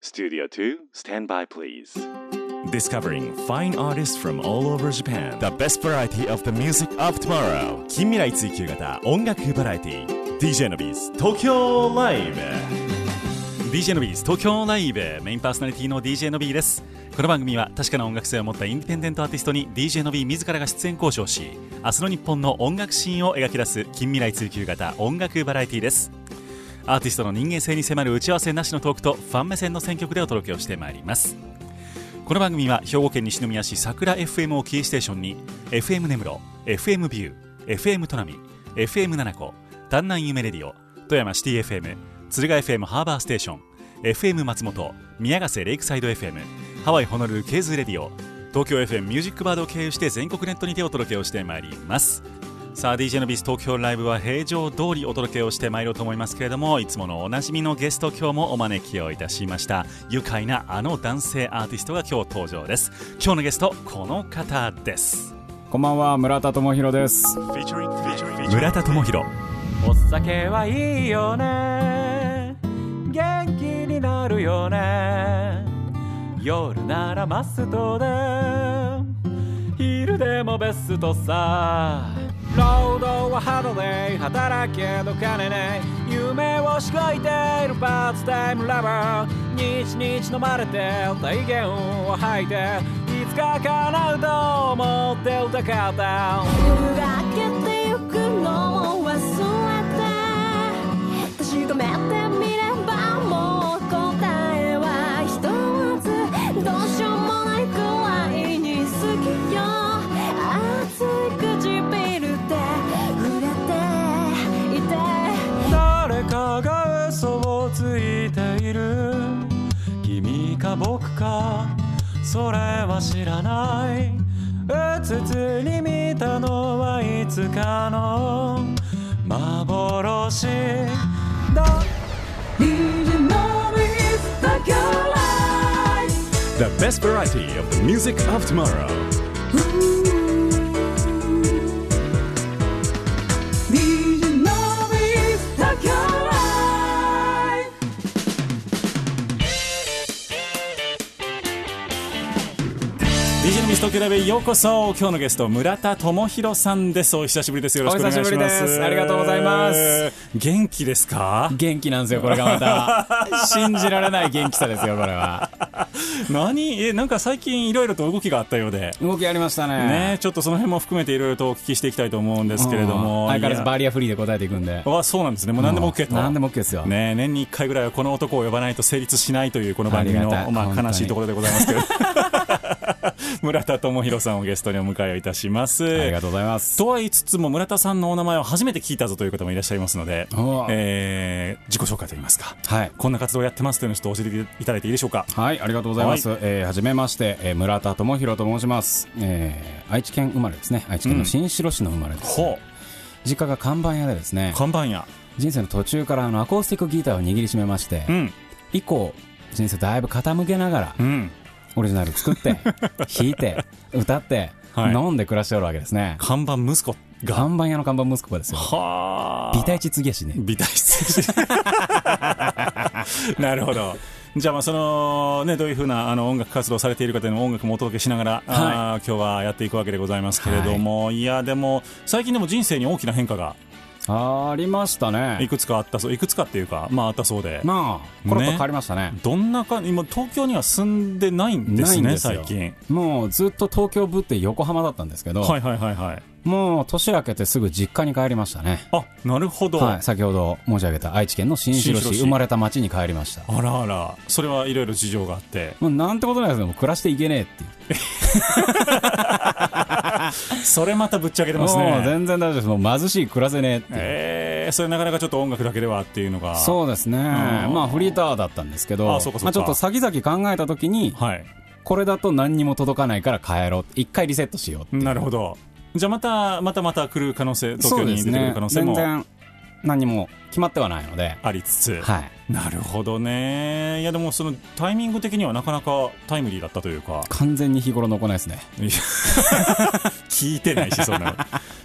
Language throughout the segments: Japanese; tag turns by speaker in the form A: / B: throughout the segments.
A: Studio 2, stand by please.
B: Discovering fine artists from all over Japan. The best variety of the music of tomorrow. 近未来追求型音楽バラエティ DJ のビーズ東京ライブ DJ のビーズ東京ライブメインパーソナリティの DJ のビーです。この番組は確かな音楽性を持ったインディペンデントアーティストに DJ のビー自らが出演交渉し、明日の日本の音楽シーンを描き出す近未来追求型音楽バラエティです。アーティストの人間性に迫る打ち合わせなしのトークとファン目線の選曲でお届けをしてまいります。この番組は兵庫県西宮市桜 FM をキーステーションに FM 根室 FM ビュー FM トナミ FM 七子丹南夢レディオ富山シティ FM 鶴ヶ FM ハーバーステーション FM 松本宮ヶ瀬レイクサイド FM ハワイホノルルケーズレディオ東京 FM ミュージックバードを経由して全国ネットにてお届けをしてまいりますさあ DJ のビス東京ライブは平常通りお届けをしてまいろうと思いますけれどもいつものおなじみのゲスト今日もお招きをいたしました愉快なあの男性アーティストが今日登場です今日のゲストこの方です
C: こんばんは村田智博です。
A: Featuring, featuring, featuring.
B: 村田智博
C: お酒はいいよね。元気になるよね。夜ならマストで。昼でもベストさ。労働はハロデイ働けど金ねい夢をしこいているパーツタイムラバー日々飲まれて大言を吐いていつか叶うと思って歌かった
D: 「夜が明けてゆくのを忘れて」「確かめてみればもう答えはひとつ」「どうしようもないくらいに好きよ」「熱い唇で触れていて」
C: 誰かが嘘をついている君か僕かそれは知らないうつつに見たのはいつかの幻だ
D: DJ のビーズ東京ライブ
B: The best variety of the music of tomorrow
D: DJ のビーズ東京ライブ
B: ビジネス東京ライブへようこそ今日のゲスト村田智博さんですお久しぶりですよろしくお願いします
C: お久しぶりですありがとうございます
B: 元気ですか
C: 元気なんですよこれがま た信じられない元気さですよこれは
B: 何えなんか最近いろいろと動きがあったようで
C: 動きありましたね
B: ねちょっとその辺も含めていろいろとお聞きしていきたいと思うんですけれども、
C: 相変わらず
B: い
C: バリアフリーで答えていくんで
B: やあそうなんですねもう何でも OK と
C: 何でも OK ですよ
B: ね、年に1回ぐらいはこの男を呼ばないと成立しないというこの番組の
C: ありがたい
B: ま
C: 本
B: あ、
C: 当に
B: 悲しいところでございますけど 村田智博さんをゲストにお迎えをいたします
C: ありがとうございます
B: とは言いつつも村田さんのお名前を初めて聞いたぞという方もいらっしゃいますので
C: おう、
B: えー自己紹介といいますか
C: はい
B: こんな活動をやってますというのをちょっと教えていただいていいでしょうか
C: はい、ありがとうございます。えーはじめまして、えー村田智博と申します。えー愛知県生まれですね。愛知県の新城市の生まれです。
B: ほ
C: 実家が看板屋でですね
B: う、看板屋
C: 人生の途中からあのアコースティックギターを握りしめまして、
B: うん
C: 以降、人生だいぶ傾けながら
B: う、ん
C: オリジナル作 って、弾いて、歌って、
B: はい
C: 飲んで暮らしておるわけですね。
B: 看板息子が
C: 看板屋の看板息子がですよ。
B: はあ
C: 美大地継ぎやしね。
B: 美大出 身なるほどじゃあまあそのねどういうふうなあの音楽活動をされているかというのも音楽もお届けしながら、あー今日はやっていくわけでございますけれども、い、やでも最近でも人生に大きな変化が
C: ありました
B: い
C: ね。
B: くつかあったそういくつかっていうかまああったそうで、
C: まあ、コロッと変わりましたね
B: どんなか今東京には住んでないんですね
C: ないんですよ
B: 最近
C: もうずっと東京ぶって横浜だったんですけど、
B: はいはいはいはい
C: もう年明けてすぐ実家に帰りましたね。
B: あなるほど、
C: はい、先ほど申し上げた愛知県の新城
B: 新
C: 市
B: 城市
C: 生まれた町に帰りました。
B: あらあらそれはいろいろ事情があって
C: もうなんてことないですよ。もう暮らしていけねえっていう。
B: それまたぶっちゃけてます
C: もう
B: ね
C: 全然大丈夫です。もう貧しい暮らせねえっていう。
B: えー、それなかなかちょっと音楽だけではっていうのが
C: そうですね。まあフリーターだったんですけど、
B: あそうかそうか
C: まあちょっと先々考えた時に、
B: はい
C: これだと何にも届かないから帰ろう。一回リセットしようっていう。
B: なるほど。じゃあまた、またまた来る可能性、東
C: そ
B: 京
C: う
B: に
C: です
B: 出てくる
C: ね
B: 可能。性
C: 全
B: も。
C: 然何にも決まってはないので、
B: ありつつ、
C: はい、
B: なるほどねいやでもそのタイミング的にはなかなかタイムリーだったという か
C: 完全に日頃の行いですね。
B: いや聞いてないしそんなの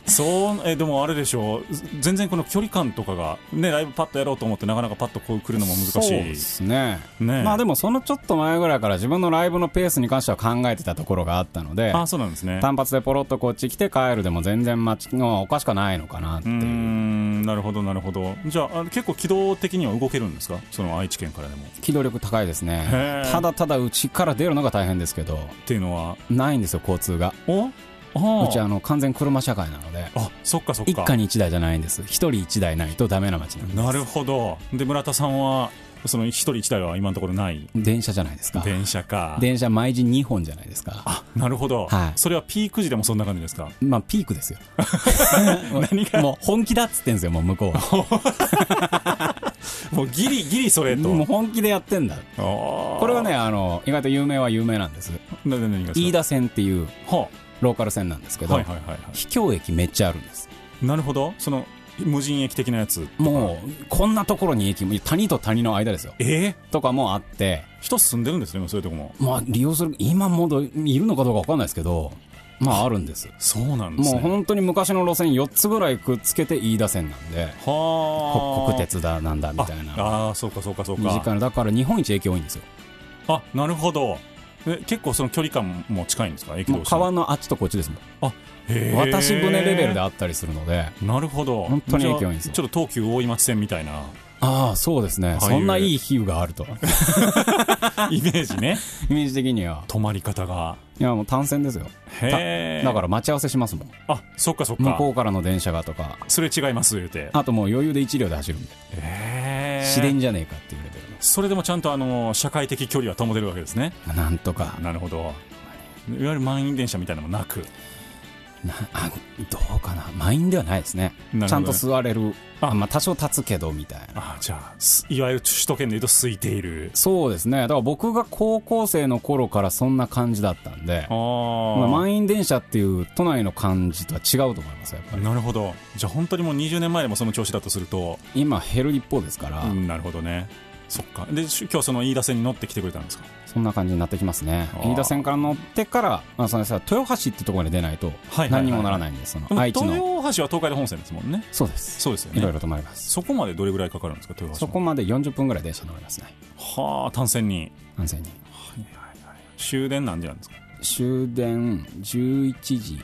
B: そうえでもあれでしょう全然この距離感とかがねライブパッとやろうと思ってなかなかパッとこう来るのも難
C: そう
B: しい
C: ですね
B: ねえ
C: まあでもそのちょっと前ぐらいから自分のライブのペースに関しては考えてたところがあったので
B: あそうなんですね
C: 単発でポロッとこっち来て帰るでも全然待ちのおかしくないのかなって
B: うー
C: いうん
B: なるほどなるほどじゃああ結構軌道的には動けるんですかその愛知県からでもっ
C: 機動力高いです
B: へ
C: ね
B: え
C: ただただうちから出るのが大変ですけど
B: ていうのは
C: ないんですよ交通が
B: おあ
C: うちあの完全車社会なので
B: あそっかそっ
C: 一
B: か
C: 家に一台じゃないんです一人一台ないとダメな街なんです
B: なるほどで村田さんはその一人一台は今のところない
C: 電車じゃないですか
B: 電車か
C: 電車毎時2本じゃないですか
B: あなるほど、
C: はい
B: それはピーク時でもそんな感じですか
C: まあピー クですよ何がもう本気だっつってんですよもう向こうは
B: もうギリギリそれと
C: もう本気でやってんだこ
B: こ
C: れはねあの意外と有名は有名なんです
B: なな何がですか
C: 飯田線っていう
B: は
C: ローカル線なんですけ
B: あ
C: ど、
B: はいはいはいは
C: 秘境駅めっちゃあるんです
B: いなるほどその無人駅的なやつ
C: もうこんなところに駅も谷と谷の間ですよ
B: えー、
C: とかもあって
B: 人住んでるんですねもうそういうとこも
C: まあ利用する今もどいるのかどうか分かんないですけどまああるんです
B: そうなんです
C: もう
B: ね
C: 本当に昔の路線4つぐらいくっつけて飯田線なんで
B: はあ
C: 国国鉄だなんだみたいな
B: ああーそうかそうかそう
C: 短
B: か
C: いのだから日本一駅多いんですよ
B: あなるほどえ結構その距離感も近いんですか駅
C: もう
B: 同士の
C: 川のあっちとこっちですもん
B: へー
C: 渡し船レベルであったりするので
B: なるほど
C: 本当に影響多いんです
B: じゃあ
C: よ
B: ちょっと東急大井町線みたいな
C: ああそうですね
B: い
C: そんないい比喩がある と
B: イメージ ね
C: イメージ的には
B: 泊まり方が
C: いやもう単線ですよ
B: へえ
C: だから待ち合わせしますもん
B: らあそっかそっ
C: 向
B: か
C: こうからの電車がとか
B: それ違います言うて
C: あともう余裕で1両で走るんで
B: へえ
C: 市電じゃねえかっていうレベル
B: それでもちゃんとあの社会的距離は保てるわけですね
C: のなんとか
B: なるほどいわゆる満員電車みたいなのもなく
C: なあどうかな満員ではないです
B: な
C: ね
B: るほどね
C: ちゃんと座れる
B: あ
C: あまあ多少立つけどみたいな
B: あじゃあすいわゆる首都圏で言うと空いている
C: そうですねだから僕が高校生の頃からそんな感じだったんで
B: あ、ー
C: まあ、満員電車っていう都内の感じとは違うと思いますやっぱり
B: なるほどじゃあ本当にもう20年前でもその調子だとすると
C: 今減る一方ですから、
B: うんなるほどねそっかでし今日その飯田線に乗ってきてくれたんですか
C: そんな感じになってきますね
B: あー
C: 飯田線から乗ってから、まあ、そのさ豊橋ってところに出ないと
B: はいはいはい
C: 何にもならないんです、
B: でも
C: その愛知の
B: 豊橋は東海道本線ですもんね
C: そうです
B: そうですよ
C: いろい
B: ね
C: ろ止まります
B: そこまでどれぐらいかかるんですか豊橋
C: そこまで40分ぐらい電車乗りますね
B: はあ単線に
C: 安全に
B: 終電なんでなんですか
C: 終電11時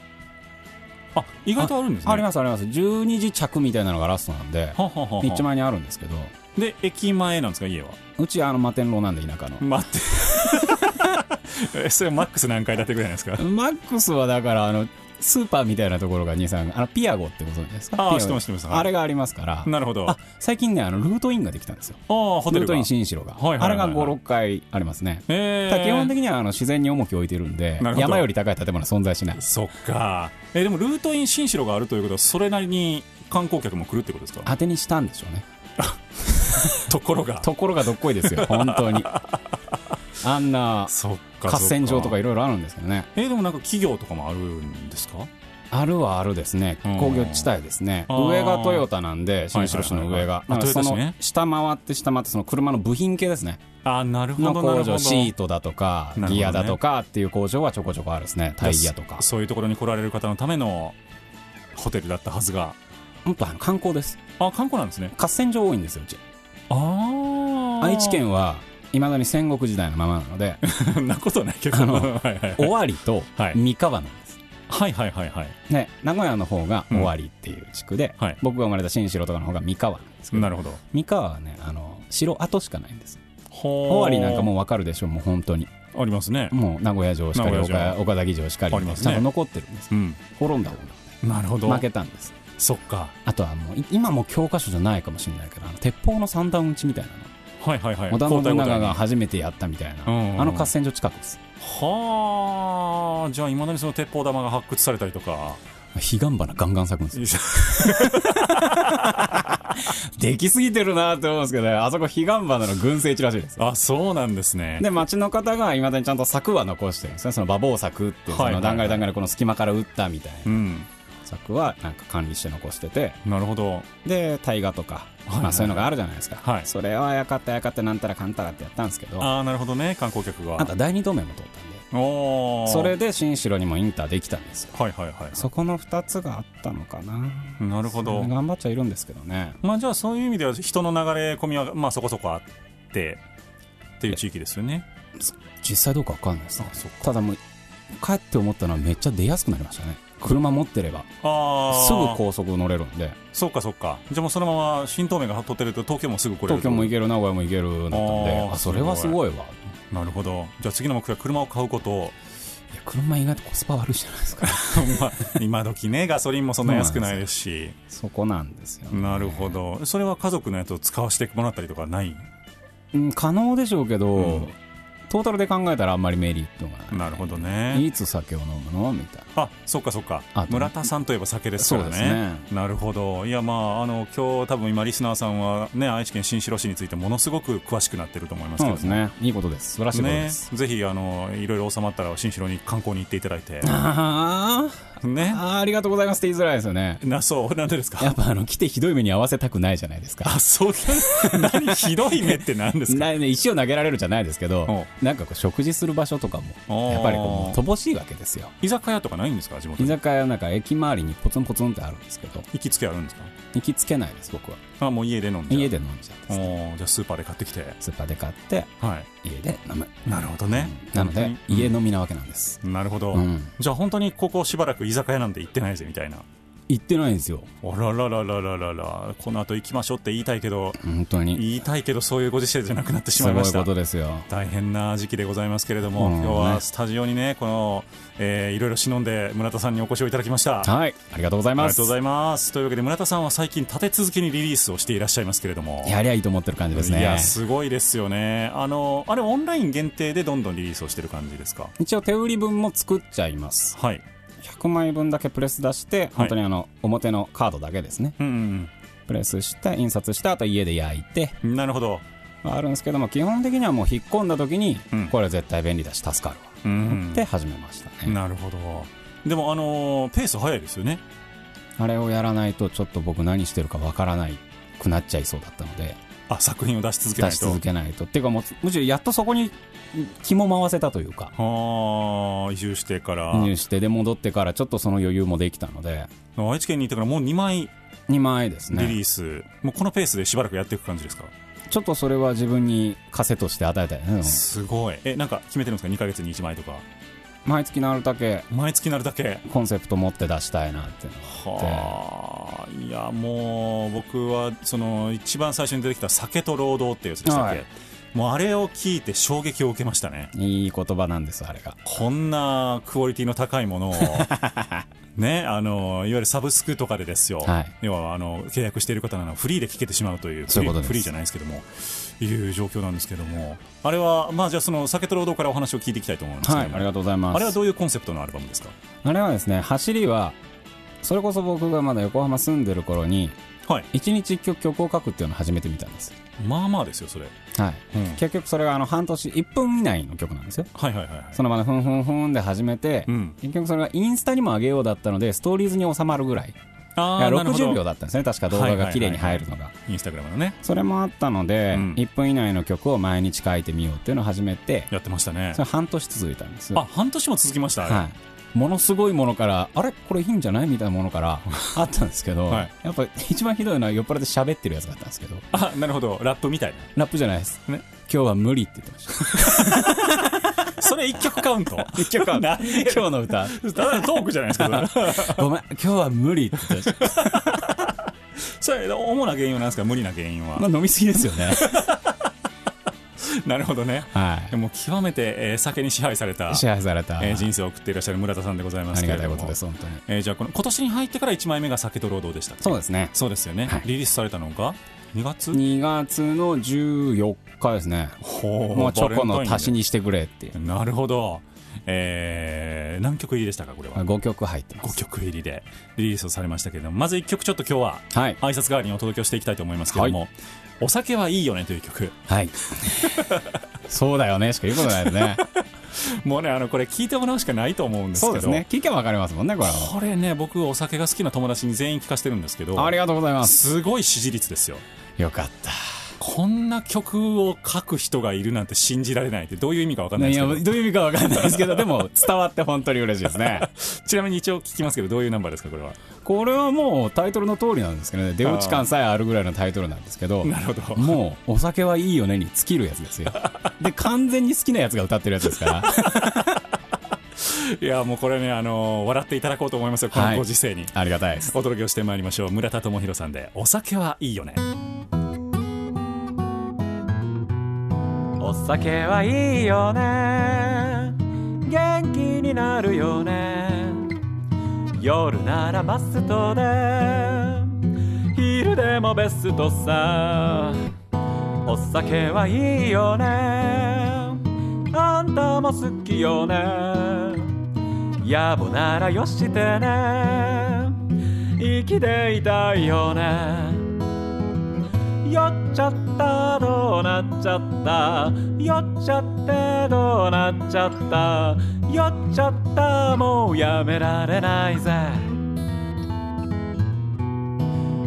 B: あ意外とあるんですね
C: ありますあります12時着みたいなのがラストなんで
B: はははは
C: 一番にあるんですけど
B: で駅前なんですか家は
C: うちあの摩天楼なんで田舎の
B: 待ってえ それマックス何階建てぐらいなんですか
C: マックスはだからあのスーパーみたいなところが23あのピアゴってご存知ですか
B: あー
C: ピ
B: 知
C: アゴ
B: ってます知ってます
C: あれがありますから
B: なるほど
C: あ最近ねあのルートインができたんですよ
B: ああホテ
C: ル
B: ル
C: ート
B: が
C: イン新城が、
B: はいはいはいはい
C: あれが56回ありますね、
B: え
C: ただ
B: ー、
C: 基本的にはあの自然に重きを置いてるんで
B: なるほど
C: 山より高い建物は存在しない
B: そっかえでもルートイン新城があるということはそれなりに観光客も来るってことですか
C: 当てにしたんでしょうね
B: ところが
C: ところがどっこいですよ本 当にあんな
B: そっか
C: 合戦場とか
B: そっ
C: いろいろあるんですけどね
B: えでもなんか企業とかもあるんですか
C: あるはあるですね
B: うん
C: 工業地帯ですね
B: あー
C: 上がトヨタなんで新城市の
B: はいはいは
C: 上が
B: いはい
C: なので
B: あトヨタ
C: そ
B: 市ね
C: の下回って下回ってその車の部品系ですね
B: あなるほ
C: の
B: どなる
C: 工
B: ほど
C: 場シートだとか
B: なるほどね
C: ギアだとかっていう工場はちょこちょこあるですねタイヤとか
B: そそういうところに来られる方のためのホテルだったはずが
C: 本当あの観光です
B: あ観光なんですね
C: 合戦場多いんですようち
B: ああ
C: 愛知県はいまだに戦国時代のま まなの で
B: そんなことないけど
C: あの
B: はいはい
C: 尾張と
B: はい
C: 三河なんです、
B: はいはいはいはい
C: ね、名古屋の方が尾張っていう地区で、
B: うんはい
C: 僕が生まれた新城とかの方が三河なんですけど
B: なるほど
C: 三河はねあの城跡しかないんです尾
B: ほ
C: 張なんかもう分かるでしょうもう本当に
B: ありますね
C: もう名古屋城しかり
B: 名古屋
C: 岡
B: 城
C: 岡崎城しかり
B: ありますね
C: ちゃんと残ってるんです
B: うん
C: 滅んだも
B: なるほど
C: 負けたんです
B: そっか
C: あとはもうい今もう教科書じゃないかもしれないけどあの鉄砲の三段打ちみたいなの
B: はいはいはい
C: 織田信
B: 交代
C: 長
B: 交代
C: が初めてやったみたいな
B: うんうん
C: あの合戦場近くです
B: はあじゃあいまだにその鉄砲玉が発掘されたりとか
C: 彼岸花ガンガン咲くんですよ できすぎてるなって思うんですけどねあそこ彼岸花の群生地らしいですよ
B: あそうなんですね
C: で町の方がいまだにちゃんと柵は残してるんですねその馬防柵ってい
B: は
C: うそ
B: いはいはい
C: の断崖断崖のこの隙間から打ったみたいな、
B: うん
C: 作はなんか管理して残してて
B: なるほど。
C: で大河とか、
B: はい
C: まあ、そういうのがあるじゃないですか、
B: はい
C: それはやかったやかったなんたらかんたらってやったんですけどあ
B: ああ、なるほどね。観光客が。
C: と第二同盟も通ったんで
B: おお。
C: それ。で新城にもインターできたんですよ
B: はいはいはい。
C: そこの2つがあったのかな
B: なるほど。
C: 頑張っちゃいるんですけどね
B: まあじゃあそういう意味では人の流れ込みはまあそこそこあってっていう地域ですよね。
C: 実際どうか分かんないですね
B: あそっか
C: ただもう帰って思ったのはめっちゃ出やすくなりましたね車持ってれば
B: ああ。
C: すぐ高速乗れるんで
B: そうかそうか。じゃあもうそのまま新東名が取ってると東京もすぐ来れる。
C: 東京も行
B: け
C: ける名古屋も行けるだったんで
B: あー
C: あそれはすごいわ
B: なるほど。じゃあ次の目標は車を買うこと。
C: いや車意外とコスパ悪いじゃないですか
B: まあ今時ね、ガソリンもそんな安くないですし。
C: そこなんですよ、ね、
B: なるほど。それは家族のやつを使わせてもらったりとかない
C: うん可能でしょうけど、
B: うん
C: トータルで考えたらあんまりメリットがな
B: な
C: い
B: るほどね。
C: いつ酒を飲むのみたいな
B: あ、そっかそっか
C: あ。と
B: 村田さんといえば酒ですから
C: そう
B: ね。
C: ですね
B: なるほど。いや、まあ、あの、今日多分今、リスナーさんはね、愛知県新城市についてものすごく詳しくなってると思いますけ
C: そう
B: ども
C: です。ねいいことです素晴らしいこと
B: ね
C: で、す、
B: ぜひあのいろいろ収まったら新城に観光に行っていただいて
C: あ
B: ね
C: ーあーありがとうございますって言いづらいですよね
B: なそうなんでです
C: や
B: か
C: っぱあの来てひどい目に合わせたくないじゃないですか
B: あ そう何ひどい目って何ですか
C: なね、石を投げられるじゃないですけど、なんかこう食事する場所とか
B: お
C: も、
B: ー
C: やっぱりこう乏しいわけですよ。
B: 居酒屋とかないんですか地元
C: 居
B: に
C: 酒屋なんか駅周りにポツンポツンってあるんですけど、
B: 行きつけあるんですか
C: 行きつけないです、僕は。
B: あもう家で飲んで
C: 家で飲んじ
B: お
C: ゃうんですね
B: ーじゃあスーパーで買ってきて
C: スーパーで買って、
B: はい
C: 家で飲む。
B: なるほどね
C: なので
B: 本、当に
C: 家飲みなわけなんです。
B: なるほど、
C: うん
B: じゃあ本当にここしばらく居酒屋なんて行ってないぜみたいな
C: 行ってないんですよ、
B: あらららららららこの後行きましょうって言いたいけど
C: 本当に。
B: 言いたいけどそういうご時世じゃなくなってし
C: す
B: まい
C: ご
B: ま
C: い
B: し
C: こ
B: た
C: とですよ。
B: 大変な時期でございますけれども、
C: うん
B: 今日はスタジオにねこの、えーいろいろ忍んで村田さんにお越しをいただきましたあ
C: はい、ありがとうござい
B: り
C: ま
B: が
C: す。
B: とうございますというわけで村田さんは最近立て続けにリリースをしていらっしゃいますけれども
C: やりゃいいと思ってる感じです
B: い
C: ね
B: や。すごいですよねあのあれオンライン限定でどんどんリリースをしてる感じですか
C: 一応手売り分も作っちゃいます。
B: はい
C: 100枚分だけプレス出して、本当にあの、表のカードだけですね。
B: うんうん
C: プレスして印刷してあと家で焼いて、
B: うんなるほど
C: まあ、あるんですけども基本的にはもう引っ込んだ時に、
B: うん
C: これは絶対便利だし助かるわ
B: うんうん
C: って始めましたね、
B: なるほどでもあのーペース早いですよね
C: あれをやらないとちょっと僕何してるかわからないくなっちゃいそうだったので
B: あ作品を出し続けない
C: 出
B: と
C: し続けないとっていうかもうむしろやっとそこに気も回せたというか
B: はあ移住してから
C: 入してで戻ってからちょっとその余裕もできたので
B: 愛知県にいてからもう2枚
C: 2枚です
B: リリ
C: ね
B: ース、もうこのペースでしばらくやっていく感じですか
C: ちょっとそれは自分に枷として与えたいね
B: すごいえなんか決めてるんですか2ヶ月に1枚とか
C: 毎月なるだけ
B: 毎月なるだけ
C: コンセプト持って出したいなっていうの
B: はあいやもう僕はその一番最初に出てきた「酒と労働」っていうやつでしたっけ、
C: はい
B: もうあれを聞いて衝撃を受けましたね
C: いい言葉なんですあれが
B: こんなクオリティの高いも のをねあのいわゆるサブスクとかでですよ、
C: はい
B: 要はあの契約している方ならフリーで聞けてしまうという
C: そういうことです
B: フリーフリーじゃないですけどもいう状況なんですけどもあれはまあじゃあその酒と労働からお話を聞いていきたいと思いますけど
C: は
B: も
C: いありがとうございます
B: あれはどういうコンセプトのアルバムですか
C: あれはですね、走りは、それこそ僕がまだ横浜住んでる頃に、
B: はい
C: 一日一曲曲を書くっていうのを始めてみたんです。
B: まあまあですよそれ、
C: はい。
B: うん
C: 結局それがあの半年、1分以内の曲なんですよ。
B: はいはいはいはい
C: その場でふんふんふんで始めて、
B: うん
C: 結局それがインスタにも上げようだったので、ストーリーズに収まるぐらい。
B: あー
C: だから
B: なるほど
C: 60秒だったんですね、確か動画が綺麗に入るのが。
B: インスタグラムのね
C: それもあったので、
B: うん
C: 1分以内の曲を毎日書いてみようっていうのを始めて、
B: やってましたね
C: それ半年続いたんです。
B: あ半年も続きましたあれ
C: はい、ものすごいものからあれこれいいんじゃないみたいなものから あったんですけど、
B: はい
C: やっぱ一番ひどいのは酔っ払って喋ってるやつだったんですけど
B: あなるほどラップみたい
C: ラップじゃないです、
B: ね
C: 今日は無理って言って ました
B: なそれ一曲カウント
C: 一曲今
B: 何
C: 日 の歌
B: ただのトークじゃないですかそれ
C: ごめん今日は無理って言ってまし
B: それ主な原因は何ですか無理な原因は、
C: た、まあ、飲みすぎですよね
B: なるほどね
C: は
B: でも極めて、えー酒に支配された
C: い支配された、
B: えー人生を送っていらっしゃる村田さんでございま
C: あ
B: す
C: り
B: けれ
C: が
B: ど
C: た
B: も
C: いことです本当に
B: えーじゃあこの今年に入ってから1枚目が酒と労働でしたっけ
C: そうですね
B: そうですよね、
C: はい
B: リリースされたのが2月
C: 2月の14日ですね
B: ほ
C: もうチョコの足し
B: に
C: にしてくれっていう
B: なるほど、えー何曲入りでしたかこれは
C: 5曲入ってま
B: 5
C: す
B: 曲入りでリリースをされましたけれどもまず1曲ちょっと今日は
C: はい
B: 挨拶代わりにお届けをしていきたいと思いますけれども、お 酒はいいよねという曲
C: はいそうだよねしか言うことないですね
B: もうねあのこれ聞いてもらうしかないと思うんですけ
C: そ
B: ど
C: うですね。聞けばわかりますもんね、これは。
B: これね僕お酒が好きな友達に全員聞かせてるんですけど
C: ありがとうございます。
B: すごい支持率ですよ
C: よかった。
B: こんな曲を書く人がいるなんて信じられないってどういう意味か分かんない
C: い
B: です
C: や、
B: け
C: ど
B: ど
C: ういう意味かわかんないですけど、でも、伝わって本当に嬉しいですね。
B: ちなみに一応聞きますけどどういうナンバーですかこ れは
C: これはもうタイトルの通りなんですけどね、出落ち感さえあるぐらいのタイトルなんですけど、
B: なるほど
C: もう、お酒はいいよねに尽きるやつですよ。で、完全に好きなやつが歌ってるやつですから、
B: いやもうこれねあの笑っていただこうと思いますよこのご時世に、
C: ありがたいです。
B: お届けをしてまいりましょう村田智博さんで「お酒はいいよね」
E: お酒はいいよね元気になるよね夜ならマストで昼でもベストさお酒はいいよねあんたも好きよね野暮ならよしてね生きていたいよね酔っちゃったどうなっちゃった酔っちゃってどうなっちゃった酔っちゃったもうやめられないぜ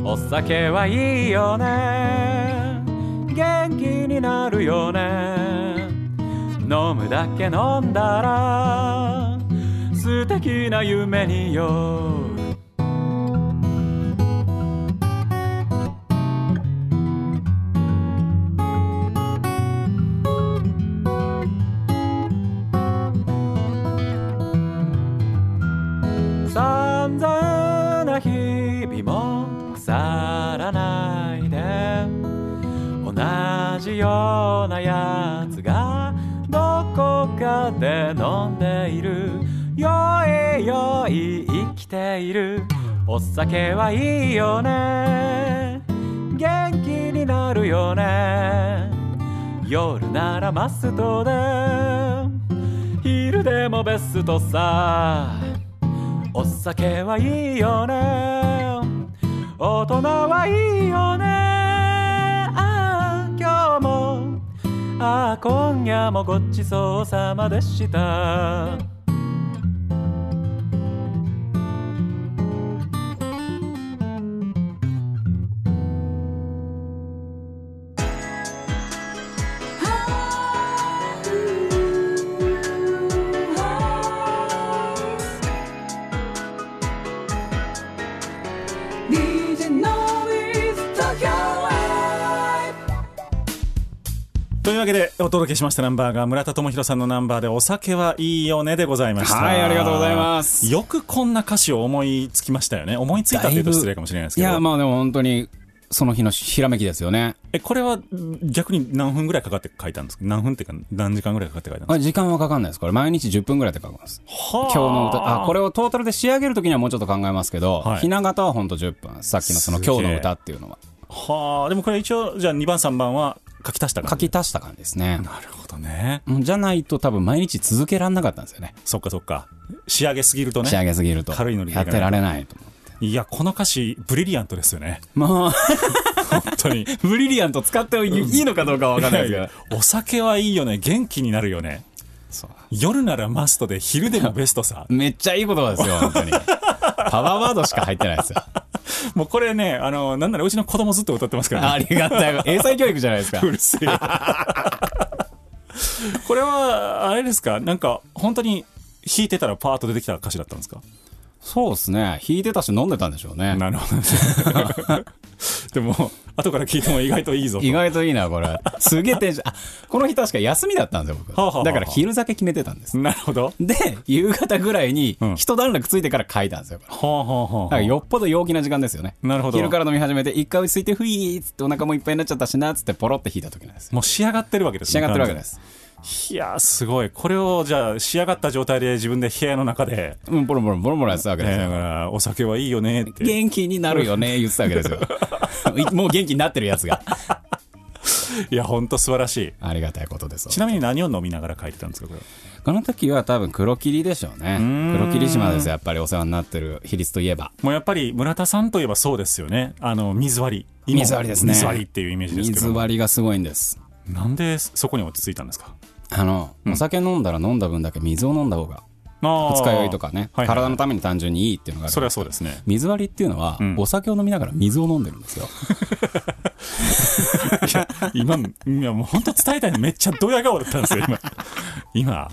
E: お酒はいいよね元気になるよね飲むだけ飲んだら素敵な夢によ散々な日々も腐らないで同じようなやつがどこかで飲んでいる酔い酔い生きているお酒はいいよね元気になるよね夜ならマストで昼でもベストさお酒はいいよね大人はいいよねああ今日もああ今夜もごちそうさまでした
B: というわけでお届けしましたナンバーが村田智博さんのナンバーで「お酒はいいよね」でございました
C: はいありがとうございます
B: よくこんな歌詞を思いつきましたよね思いついたって言うと失礼かもしれないです
C: い
B: けど
C: や、まあでも本当に、その日のひらめきですよね。
B: えこれは逆に何分ぐらいかかって書いたんですか何分っていうか何時間ぐらいかかって書いたんですか
C: あ時間はかかんないです。これ、毎日10分ぐらいで書きます。今日の歌、あ、これをトータルで仕上げるときにはもうちょっと考えますけど、
B: はい
C: ひな形は本当10分。さっきのその
B: すげえ
C: 今日の歌っていうのは、
B: はあでもこれ一応じゃあ2番3番は書き足した
C: 書
B: 感じ
C: き足した感じですね。
B: なるほどね
C: うんじゃないと多分毎日続けられなかったんですよね。
B: そっかそっか仕上げすぎるとね
C: 仕上げすぎると。
B: 軽いノリでい
C: や
B: かな
C: っ
B: い
C: てられないと思う。
B: いやこの歌詞ブリリアントですよ ね
C: まあ、
B: 本当に
C: ブリリアント使っていいのかどうかは分かんないですけど。
B: お酒はいいよね元気になるよね
C: そう
B: 夜ならマストで昼でもベスト さ
C: めっちゃいい言葉ですよ、 本当に。パワーワードしか入ってないですよ。
B: もうこれねあのなんならうちの子供ずっと歌ってますから、
C: あ
B: ね、
C: りがたい。英才教育じゃないですか。
B: うるせえこれはあれですかなんか本当に弾いてたらパーッと出てきた歌詞だったんですか
C: そうですね。弾いてたし飲んでたんでしょうね。
B: なるほどでも後から聞いても意外といいぞと
C: 意外といいな、これ。すげえテンション。あ、この日確か休みだったんですよ、
B: はあはあは
C: 僕。
B: あ
C: だから昼酒決めてたんです。
B: なるほど
C: で、夕方ぐらいに
B: うん、
C: 一段落ついてから書いたんですよ。これ
B: ほうほうほう
C: だからよっぽど陽気な時間ですよね。
B: なるほど
C: 昼から飲み始めて、一回落ち着いて、ふいーっつってお腹もいっぱいになっちゃったしな、っつってポロって引いた時なんですよ。
B: もう仕上がってるわけです
C: 仕上
B: ね
C: がってるわけです。
B: いやーすごいこれをじゃあ仕上がった状態で自分で部屋の中で、
C: うん、ボロボロボロボロやってたわけ
B: え
C: です
B: ー
C: よ。
B: だからお酒はいいよねって
C: 元気になるよね、言ってたわけで すよ。もう元気になってるやつが。
B: いやほんと素晴らしい
C: ありがたいことです。
B: ちなみに何を飲みながら書いてたんですかこれは
C: この時は多分黒霧でしょうね。黒霧島ですよ、やっぱりお世話になってる比率といえば。
B: もうやっぱり村田さんといえばそうですよねあの水割り今
C: 水割りですね
B: 水割りっていうイメージですけ
C: 水
B: ど
C: 割りがすごいんです。
B: なんでそこに落ち着いたんですか
C: あの、お酒飲んだら飲んだ分だけ水を飲んだ方が
B: あ
C: 二日酔いとかね、
B: はいはいはい
C: 体のために単純にいいっていうのがある
B: それはそうですね
C: 水割りっていうのは、
B: ん
C: お酒を飲みながら水を飲んでるんですよ。
B: 今いやもう本当伝えたいのめっちゃドヤ顔だったんですよ今今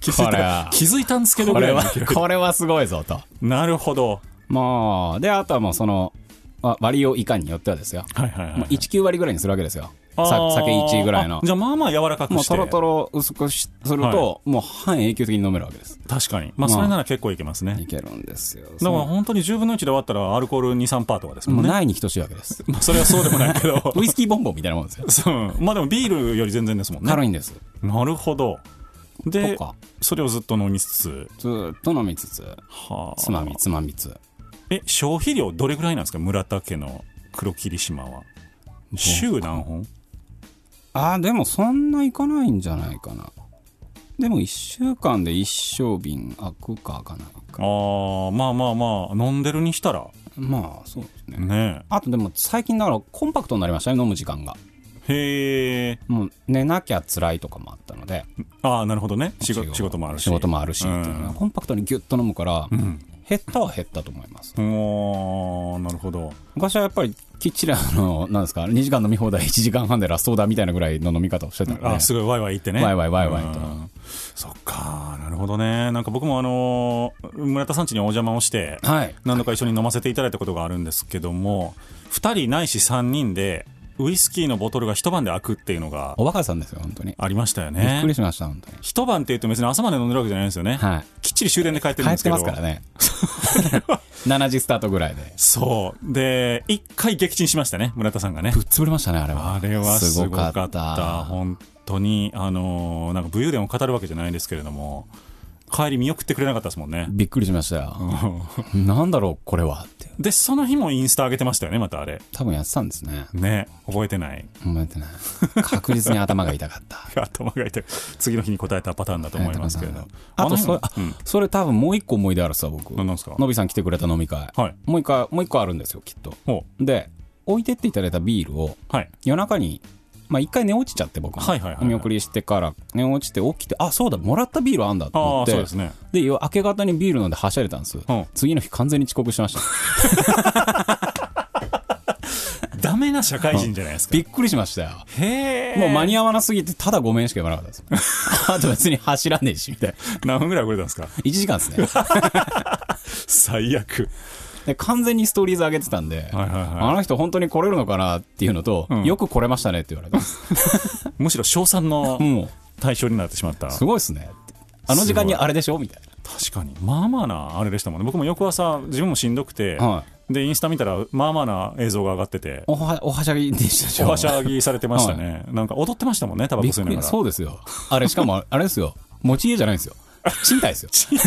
B: 気づい
C: これは
B: た気づいたんですけどぐ
C: こ
B: ら
C: れ
B: いの
C: は、これはすごいぞと。
B: なるほど
C: まあ、で、あとはもうその、あ割りをいかんによってはですよ。
B: はいはいはい
C: まあ、1級割りぐらいにするわけですよ。
B: あ
C: さ
B: ー
C: 酒1ぐらいの
B: あ。じゃあまあまあ柔らかくして
C: もうトロトロ薄くしすると、もう半永久的に飲めるわけです。
B: 確かにまあ
C: うん
B: それなら結構いけますね
C: いけるんですよ。
B: だから本当に10分の1で終わったらアルコール23パーとかです
C: も
B: も
C: うん
B: ね
C: ないに等しいわけ です。
B: まあそれはそうでもないけど
C: ウイスキーボンボンみたいなもんですよ。
B: そうまあでもビールより全然ですもんね
C: 軽いんです。
B: なるほどで
C: とか、
B: それをずっと飲みつつ
C: ずーっと飲みつつ、
B: はあ
C: つまみつまみつ。
B: え消費量どれぐらいなんですか村田家の黒霧島は週何本
C: あーでもそんないかないんじゃないかなでも1週間で一升瓶開くか開かない
B: あ
C: か
B: あまあまあまあ飲んでるにしたら
C: まあそうですね
B: ね
C: あとでも最近だからコンパクトになりましたね飲む時間が
B: へえ
C: もう寝なきゃ辛いとかもあったので
B: ああなるほどね仕事仕事もあるし
C: 仕事もあるしって
B: う
C: い
B: ん
C: うのがコンパクトにギュッと飲むから、減ったは減ったと思います
B: おーなるほど
C: 昔はやっぱりきっちりあのなんですか2時間飲み放題1時間半でラストオーダーみたいなぐらいの飲み方をしてたので
B: あすごいワイワイ言ってね
C: ワイワイワイワイと
B: うんそっかなるほどねなんか僕もあのー村田さん家にお邪魔をして
C: はい
B: 何度か一緒に飲ませていただいたことがあるんですけども2人ないし3人でウイスキーのボトルが一晩で開くっていうのが
C: おバカさんですよ本当に、
B: ありましたよ
C: びっ
B: ね
C: くりしました本当に
B: 一晩って言うと別に朝まで飲んでるわけじゃないんですよね、
C: はい
B: きっちり終電で帰ってるん
C: 帰
B: で
C: っ
B: すけど
C: てますから ね7時スタートぐらいで
B: そうで一回撃沈しましたね村田さんがね
C: ぶっ潰れましたねあれは
B: あれはすごかった本当にあのーなんか武勇伝を語るわけじゃないんですけれども帰り見送ってくれなかったですもんね
C: びっくりしました よなんだろうこれはって
B: でその日もインスタ上げてましたよねまたあれ
C: 多分やってたんですね
B: ね覚えてない
C: 覚えてない確実に頭が痛かった
B: 頭が痛い次の日に答えたパターンだと 思いますけれど
C: あと
B: の日
C: それ
B: も
C: あ
B: うん
C: それ多分もう一個思い出あるさ僕
B: 何なんですか
C: のびさん来てくれた飲み会
B: はい
C: もう一回もう一個あるんですよきっと
B: ほ
C: で置いてっていただいたビールを
B: うはい
C: 夜中にまあ一回寝落ちちゃって僕も
B: はいはいはいはい
C: お見送りしてから寝落ちて起きてあそうだもらったビールあんだと
B: あ
C: 思
B: あ
C: って
B: そうですね
C: で夜明け方にビール飲んではしゃいでたんです、
B: ん
C: 次の日完全に遅刻してました
B: ダメな社会人じゃないですか
C: びっくりしましたよ
B: へえ
C: もう間に合わなすぎてただごめんしか言わなかったで すあと別に走らねえしみたいな
B: 何分ぐらい遅れたんですか
C: 1時間です ね
B: 最悪
C: で完全にストーリーズ上げてたんで、
B: はいはい
C: あの人本当に来れるのかなっていうのと、
B: ん
C: よく来れましたねって言われたんです
B: むしろ称賛の
C: もう
B: 対象になってしまった
C: すごいっすねってあの時間にあれでしょみたい
B: 確かにまあまあなあれでしたもんね僕も翌朝自分もしんどくて、
C: は
B: でインスタ見たらまあまあな映像が上がってて
C: なおはおはしゃぎでしたでし
B: お
C: ょ
B: はしゃぎされてましたね、なんか踊ってましたもんねタバコ
C: びっ
B: 吸い
C: く
B: な
C: り
B: がら
C: そうですよあれしか もあれですよ持ち家じゃないんですよ賃貸ですよ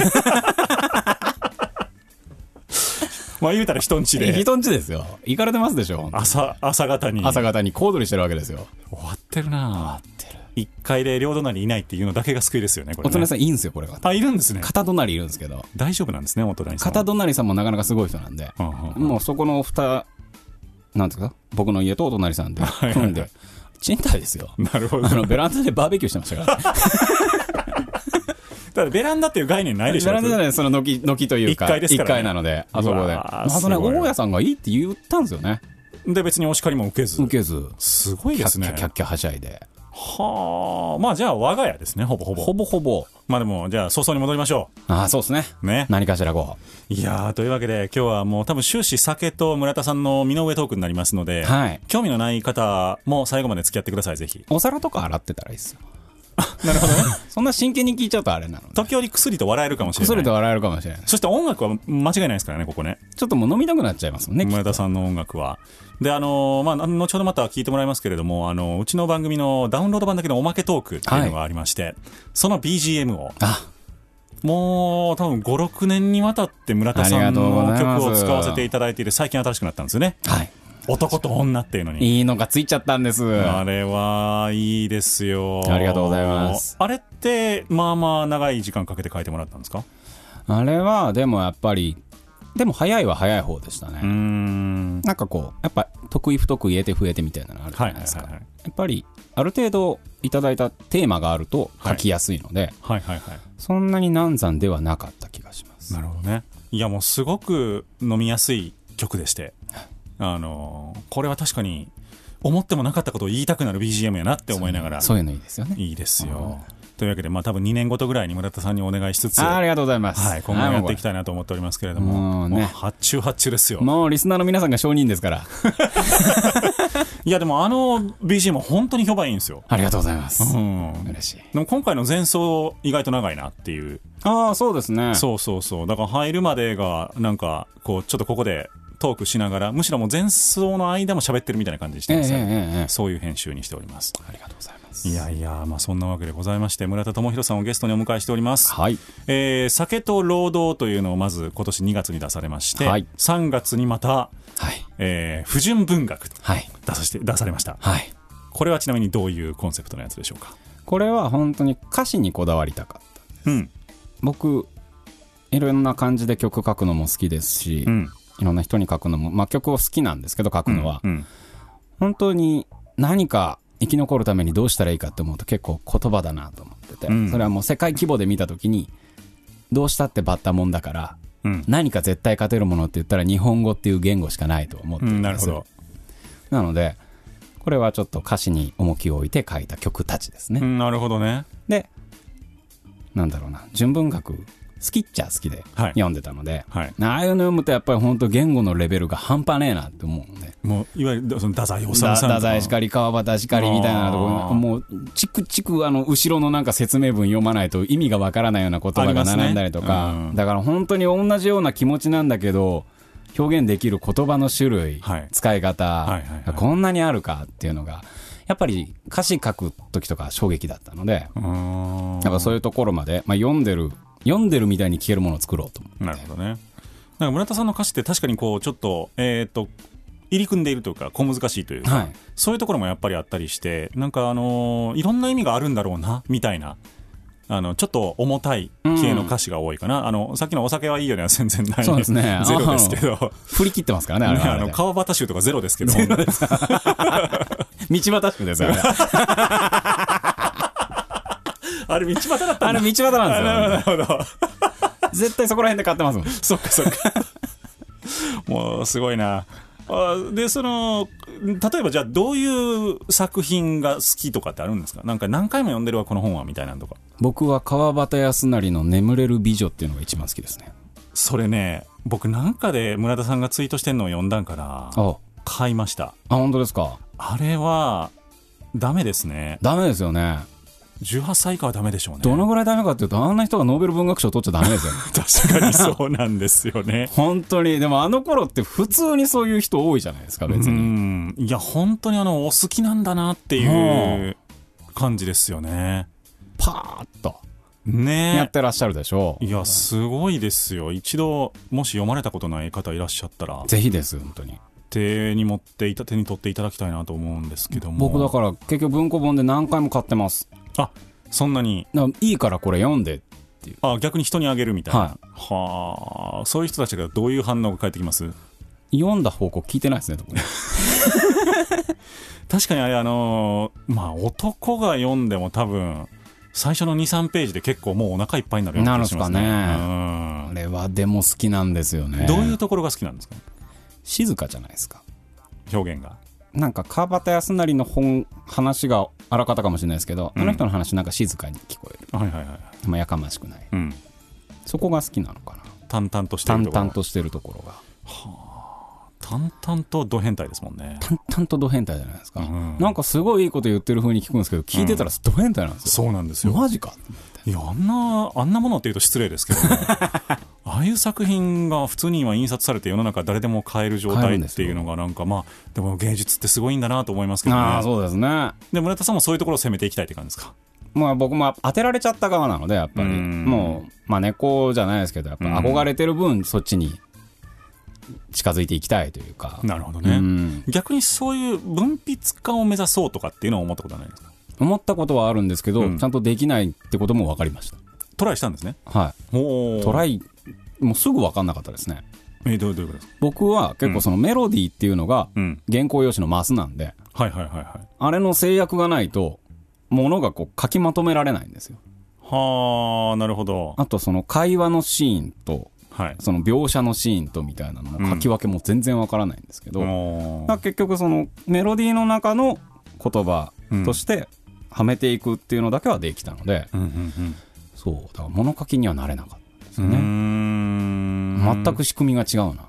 B: まあ言うたら人んちで
C: 人んちですよ行かれてますでしょ
B: 朝朝方に
C: 朝方に小躍りしてるわけですよ
B: 終わってるな一階で両隣いないっていうのだけが救いですよねこ
C: お
B: れね
C: 隣さんいいんですよこれが
B: あいるんですね
C: 片隣いるんですけど
B: 大丈夫なんですねお隣さん
C: 片隣さんもなかなかすごい人なんで
B: うんうんうん
C: もうそこの二なんですか僕の家とお隣さんで
B: いはい
C: 組んで賃貸ですよ
B: なるほど
C: あ
B: だ
C: のベランダでバーベキューしてましたからね
B: からベランダっていう概念ないで
C: ベ
B: しょ
C: ランダじゃないその軒軒というか
B: 一階ですからね
C: 一なのであそこ
B: う
C: で
B: わー
C: あとね
B: すごい
C: 大家さんがいいって言ったんですよね
B: で別にお叱りも受けず
C: 受けず
B: すごいで
C: キャッキ
B: すね
C: ャキャッキャはしゃいで
B: はあまあじゃあ我が家ですねほぼほぼ
C: ほぼほぼ
B: まあでもじゃあ早々に戻りましょ
C: ああそうですね
B: うね
C: 何かしらこ
B: いやーというわけで今日はもう多分終始酒と村田さんの身の上トークになりますので、
C: うはい
B: 興味のない方も最後まで付き合ってくださいぜひ
C: お皿とか洗ってたらいいっすよ
B: なるほどね
C: そんな真剣に聞いちゃうとあれなので
B: 時折薬と笑えるかもしれ
C: そ
B: な
C: れ
B: い
C: で笑えるかもしれない
B: そして音楽は間違いないですからねここね
C: ちょっともう飲みたくなっちゃいますもんね
B: 村田さんの音楽はであのーまあ後ほどまた聞いてもらいますけれどもあのーうちの番組のダウンロード版だけのおまけトークっていうのがありまして、その BGM を
C: あ
B: もう多分56年にわたって村田さんの
C: ありがとうござい
B: 曲
C: ま
B: を
C: す
B: 使わせていただいている最近新しくなったんですよね
C: はい
B: 男と女っていうのに
C: いいのがついちゃったんです。
B: あれはいいですよ。
C: ありがとうございます。
B: あれって、まあまあ長い時間かけて書いてもらったんですか
C: あれは、でもやっぱり、でも早いは早い方でした
B: うー
C: ね。
B: ん。
C: なんかこう、やっぱ得意不得意得て増えてみたいなのあるじゃ
B: はい
C: な
B: はい
C: いですか。
B: はいはい。
C: やっぱり、ある程度いただいたテーマがあると書きやすいので、
B: はいはいはい
C: そんなに難産ではなかった気がします。
B: なるほどねいやもうすごく飲みやすい曲でしてあのーこれは確かに思ってもなかったことを言いたくなる BGM やなって思いながら
C: そういうのいいですよね。
B: いいですよというわけでまあ多分2年ごとぐらいに村田さんにお願いしつつ
C: あありがとうございます。
B: はい、今後もやっていき
C: た
B: たいなと思っておりますけれど
C: も
B: も、
C: うね
B: もう発注発注ですよ。
C: もうリスナーの皆さんが承認です から。
B: いや、でもあの BGM は本当に評判いいんですよ。
C: ありがとうございます。
B: うん。で
C: 嬉しい。
B: も今回の前奏意外と長いなっていう。
C: ああ、そうですね。
B: そうそうそう。だから入るまでが、なんか、こう、ちょっとここでトークしながら、むしろもう前奏の間も喋ってるみたいな感じにして
C: えええ
B: ます、ね
C: えええ
B: そういう編集にしております。
C: ありがとうございます。
B: いやいや、まあそんなわけでございまして、村田智弘さんをゲストにお迎えしております。
C: はい。
B: えー酒と労働というのをまず今年2月に出されまして、
C: はい
B: 3月にまた、
C: はい。
B: えー不純文学と
C: はい。
B: 出させて出されました
C: はい。
B: これはちなみにどういうコンセプトのやつでしょうか
C: これは本当に歌詞にこだわりたかった。
B: うん
C: 僕、いろんな感じで曲書くのも好きですし、
B: うん
C: いろんな人に書くのも、まあ曲を好きなんですけど書くのは、
B: うん
C: 本当に何か生き残るためにどうしたらいいかって思うと結構言葉だなと思ってて、
B: うん
C: それはもう世界規模で見た時にどうしたってバッタもんだから
B: うん、
C: 何か絶対勝てるものって言ったら日本語っていう言語しかないと思って
B: う
C: るん
B: ん、
C: です
B: なるほど、
C: なのでこれはちょっと歌詞に重きを置いて書いた曲たちですね、
B: うん、なるほどね
C: でなんだろうな純文学好きっちゃ好きで
B: はい
C: 読んでたので、
B: はい
C: ああいうの読むとやっぱり本当言語のレベルが半端ねえなって思うので
B: もういわゆるその太宰治さ
C: だ
B: んと
C: 太
B: か
C: 宰しかり川端しかりみたいなとこ
B: あ
C: ろ
B: ー
C: もうチクチクあの後ろのなんか説明文読まないと意味がわからないような言葉
B: あり
C: が
B: ますね
C: 並んだりとか、
B: うん
C: だから本当に同じような気持ちなんだけど表現できる言葉の種類、
B: はい
C: 使い方、
B: はいはいはい
C: こんなにあるかっていうのがやっぱり歌詞書く時とか衝撃だったので
B: うーん
C: やっぱそういうところまで、まあ、読んでる読んでるみたいに聞けるものを作ろうと思って
B: なるほどねなんか村田さんの歌詞って確かにこうちょっとえっ、と入り組んでいるというか小難しいというか、
C: はい
B: そういうところもやっぱりあったりしてなんかあのーいろんな意味があるんだろうなみたいなあのちょっと重たい系の歌詞が多いかな、あのさっきの「お酒はいいよ」には全然ない
C: そうですね
B: ゼロですけど
C: 振り切ってますからねあれ
B: ね、
C: は
B: あ
C: あれ
B: の
C: で
B: 川端集とかゼロですけど
C: 道端宿ですよね
B: あれ道端だった
C: あ
B: んだ
C: れ道端なんですよ
B: なるほど
C: 絶対そこら辺で買ってますもん
B: そっかそっかもうすごいなあでその例えばじゃあどういう作品が好きとかってあるんですかなんか何回も読んでるわこの本はみたいなのとか
C: 僕は川端康成の「眠れる美女」っていうのが一番好きですね
B: それね僕なんかで村田さんがツイートしてんのを読んだんから
C: あ
B: 買いました
C: あ本当ですか
B: あれはダメですね
C: ダメですよね
B: 18歳以下はダメでしょうね
C: どのぐらいダメかっていうとあんな人がノーベル文学賞取っちゃダメです よね
B: 確かにそうなんですよね
C: 本当にでもあの頃って普通にそういう人多いじゃないですか 別
B: う
C: に
B: んいや本当にあのお好きなんだなっていう感じですよね
C: パーッとやっ
B: ね
C: てらっしゃるでしょう
B: いやすごいですよ一度もし読まれたことない方いらっしゃったら
C: ぜひです本当に
B: 手に持っていた手に取っていただきたいなと思うんですけども
C: 僕だから結局文庫本で何回も買ってます
B: らあそんなに
C: だからいいからこれ読んで
B: あ逆に人にあげるみたいな
C: は
B: はあそういう人たちがどういう反応が返ってきます
C: 読んだ方向聞いてないですね 特に
B: 確かにあれあのーまあ男が読んでも多分最初の23ページで結構もうお腹いっぱいになるような気がしますね
C: なるっすか
B: うん
C: あれはでも好きなんですよね
B: どういうところが好きなんですか
C: 静かじゃないですか
B: 表現が。
C: なんか川端康成の本話があらかたかもしれないですけど、あの人の話なんか静かに聞こえる、
B: はいはいはい。
C: まあ、やかましくない
B: うん。
C: そこが好きなのかな
B: 淡々としてると
C: 淡
B: ころ
C: 々。としてるところが
B: 淡々とド変態ですもんね。
C: 淡々とド変態じゃないですか、
B: ん
C: なんかすごいいいこと言ってる風に聞くんですけど聞いてたらド変態なんですよ、
B: そうなんですよ。
C: マジか
B: いや、あんな、あんなものって言うと失礼ですけ ど、ね、ああいう作品が普通に今印刷されて世の中誰でも買える状
C: 買える
B: 態
C: んで
B: っ
C: す
B: て
C: よ
B: いうのがなんかまあ、でも芸術ってすごいんだなと思いますけど
C: ああ
B: ね。
C: そうですね
B: で、村田さんもそういうところを攻めていきたいって感じですか。
C: まあ僕も当てられちゃった側なのでやっぱり
B: うん
C: もうまあ猫じゃないですけどやっぱ憧れてる分そっちに近づいていきたいというか
B: なるほど
C: う
B: ね。
C: ん
B: 逆にそういう文筆家を目指そうとかっていうのは思ったことはないですか
C: 思ったことはあるんですけど、
B: うん
C: ちゃんとできないってことも分かりました
B: トライしたんですね。
C: は
B: お
C: い
B: ー
C: トライもうすぐ分かんなかったですね
B: えどうどういうことですか
C: 僕は結構そのメロディーっていうのが
B: うん。
C: 原稿用紙のマスなんで
B: はいはいはいはい。
C: あれの制約がないとものがこう書きまとめられないんですよ。
B: はあ、なるほど。
C: あとその会話のシーンと、
B: はい。
C: その描写のシーンとみたいなのの書き分けも全然わからないんですけど、
B: お
C: まあ
B: ー
C: 結局そのメロディーの中の言葉としてはめていくっていうのだけはできたので、
B: うんうん
C: そうだから物書きにはなれなかったです
B: う
C: よ
B: ん。うー
C: ね、
B: ん
C: 全く。仕組みが違うな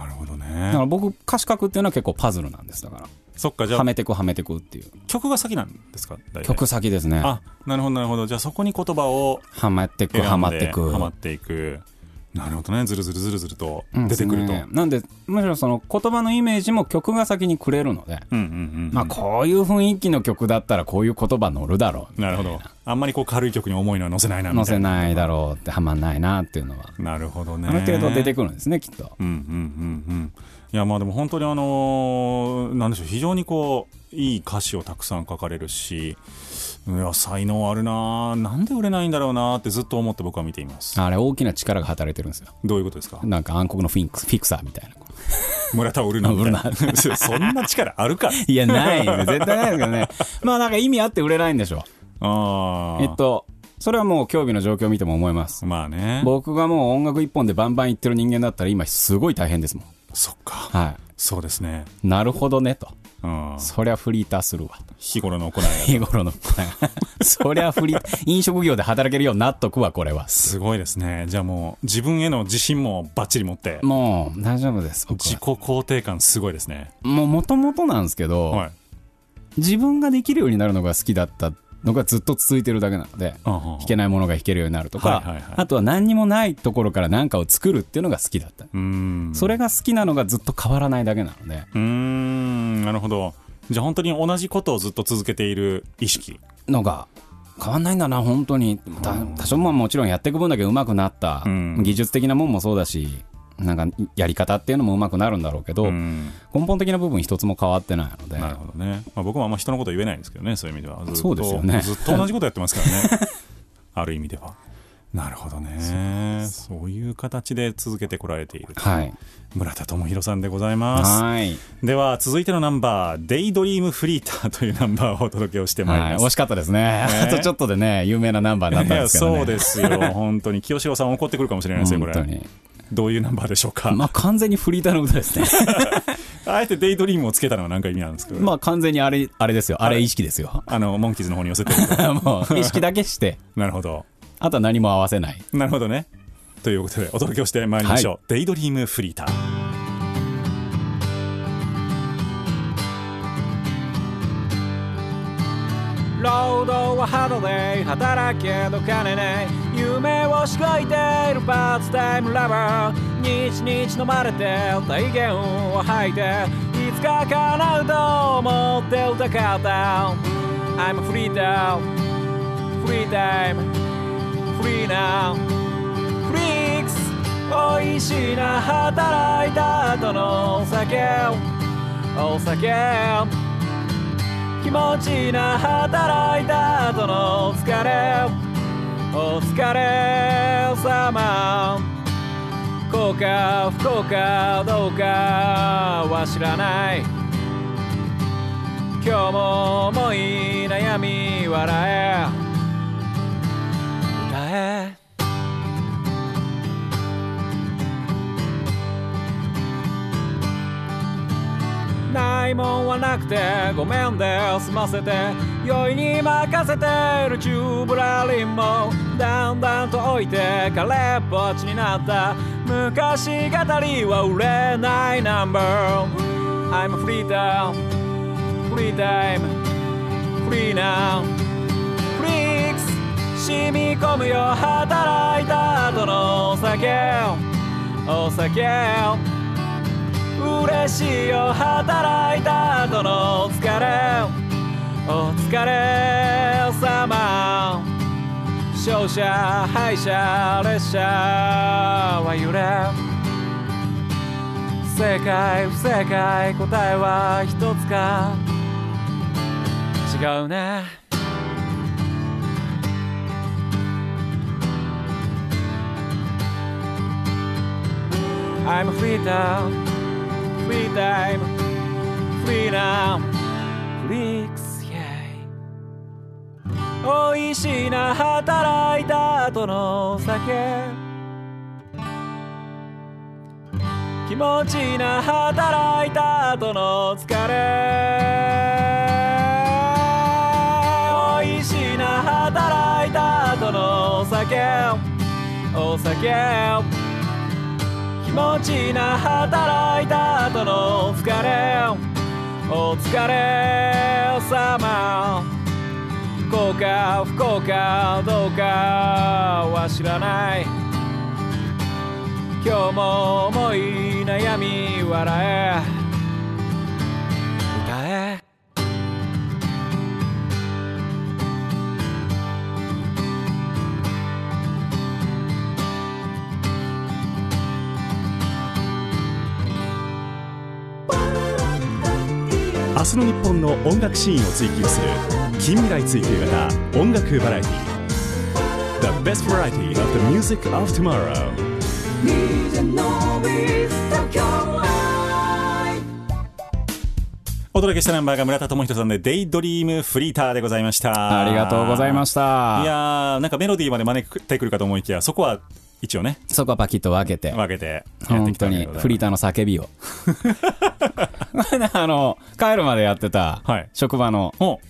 B: なるほど
C: だか
B: ね。
C: ら僕歌詞書くっていうのは結構パズルなんですだか
B: そっか、じ
C: ら
B: ゃ
C: は
B: あ
C: めてくはめてくっていう
B: 曲が先なんですか大体
C: 曲先ですね
B: あ、なるほどなるほど。じゃあそこに言葉を
C: はめてく
B: 選んで
C: はまってく
B: はまっていく。なるほどね。ずるずるずるずると
C: うん
B: 出てくると。
C: ですねなんでむしろその言葉のイメージも曲が先にくれるので、
B: うんうんうん。
C: まあこういう雰囲気の曲だったらこういう言葉乗るだろう
B: なるほど。あんまりこう軽い曲に重いのは載せないなみ
C: 載
B: た
C: せ
B: いな。
C: ないだろうってはまんないなっていうのは
B: なるほどね。
C: ある程度出てくるんですねきっと
B: うんうんうんうん。いやまあでも本当にあのーなんでしょう非常にこういい歌詞をたくさん書かれるし、いや才能あるなあなんで売れないんだろうなあってずっと思って僕は見ています。
C: あれ大きな力が働いてるんですよ
B: どういうことですか？
C: なんか暗黒のフィンクスフィクサーみたいな
B: 村田を売るな みたいな。 そんな力あるか。
C: いやない絶対ないですけどね まあなんか意味あって売れないんでしょ
B: ああ。
C: えっとそれはもう競技の状況を見ても思います
B: まあね。
C: 僕がもう音楽一本でバンバンいってる人間だったら今すごい大変ですもん
B: そっか。
C: は
B: そうですね。
C: いなるほどねと
B: うん。
C: そりゃフリーターするわ
B: 日頃の行いが。
C: 日頃の そりゃフリー飲食業で働けるようになっとくわこれは
B: すごいですね。じゃあもう自分への自信もバッチリ持って、
C: もう大丈夫です僕
B: 自己
C: は
B: 肯定感すごいですね。
C: もう元々なんですけど、
B: はい。
C: 自分ができるようになるのが好きだったのがずっと続いてるだけなので
B: うん
C: 弾けないものが弾けるようになると
B: は
C: か、
B: いはいはい
C: あとは何にもないところから何かを作るっていうのが好きだった、
B: うん。
C: それが好きなのがずっと変わらないだけなので
B: うーんなるほどじゃあ本当に同じことをずっと続けている意識
C: のが変わんないんだな本当にた多少ももちろんやっていく分だけ上手くなった、
B: うん
C: 技術的なもんもそうだしなんかやり方っていうのも上手くなるんだろうけど、
B: うん
C: 根本的な部分一つも変わってないので
B: なるほどね、まあ、僕もあんま人のこと言えないんですけどねそういう意味ではずっと
C: そうですよね
B: ずっと同じことやってますから ねある意味ではなるほどねそういう形で続けてこられている
C: はい
B: 村田智弘さんでございます
C: はい
B: では続いてのナンバー「デイドリームフリーター」というナンバーをお届けをしてまいり
C: はい
B: ます、
C: 惜しかったですね、 あとちょっとでね有名なナンバーになったんですけど、
B: い
C: ね、
B: やそうです よ本当に清志郎さん怒ってくるかもしれないですよこ
C: 本当
B: れ
C: に
B: どういうナンバーでしょうか、
C: まあ完全にフリーターの歌ですね
B: あえて「デイドリーム」をつけたのは何か意味なんですけど、
C: まあ完全にあれあれですよあれ意識ですよ
B: あの、モンキーズの方に寄せてると。
C: もう意識だけして
B: なるほど。
C: あとは何も合わせない
B: なるほどね。ということで、お届けをしてまいりましょう。デイドリームフリーター。
E: 労働はハードで働けど金ない夢をしこいているパーツタイムラバー日々飲まれて大言を吐いていつか叶うと思って歌かった I'm free now free time free now フリークス美味しいな働いた後のお酒お酒気持ちいいな働いた後のお疲れお疲れ様幸か不幸かどうかは知らない今日も思い悩み笑え歌えないもんはなくてごめんで済ませて酔いに任せてるチューブラリンもだんだんと置いて枯れっぽちになった昔語りは売れないナンバー I'm a free time free time free now free 染み込むよ働いた後のお酒お酒嬉しいよ働いた後のお疲れお疲れ様勝者敗者列車は揺れ正解不正解答えは一つか違うね「I'm a free town」Free time, free now, freaks, yeah. おいしいな働いた後の酒気持ちいいな働いた後の疲れおいしいな働いた後のお酒お酒気持ちいいな働いた後のお疲れお疲れ様幸か不幸かどうかは知らない今日も思い悩み笑え歌え
F: 明日の日本の音楽シーンを追求する近未来追求型音楽バラエティ The best variety of the music of tomorrow
D: life
B: お届けしたナンバーが村田智人さんで「デイドリームフリーター」でございました
C: ありがとうございまし
B: い
C: た
B: やーなんかメロディーまで招ってくるかと思いきやそこは一応ね
C: そこはパキッと分けて
B: 分けてやって
C: 本
B: きた
C: 当
B: わけで
C: に
B: ございます
C: フリーターの叫びを あの帰るまでやってた
B: はい
C: 職場の
B: お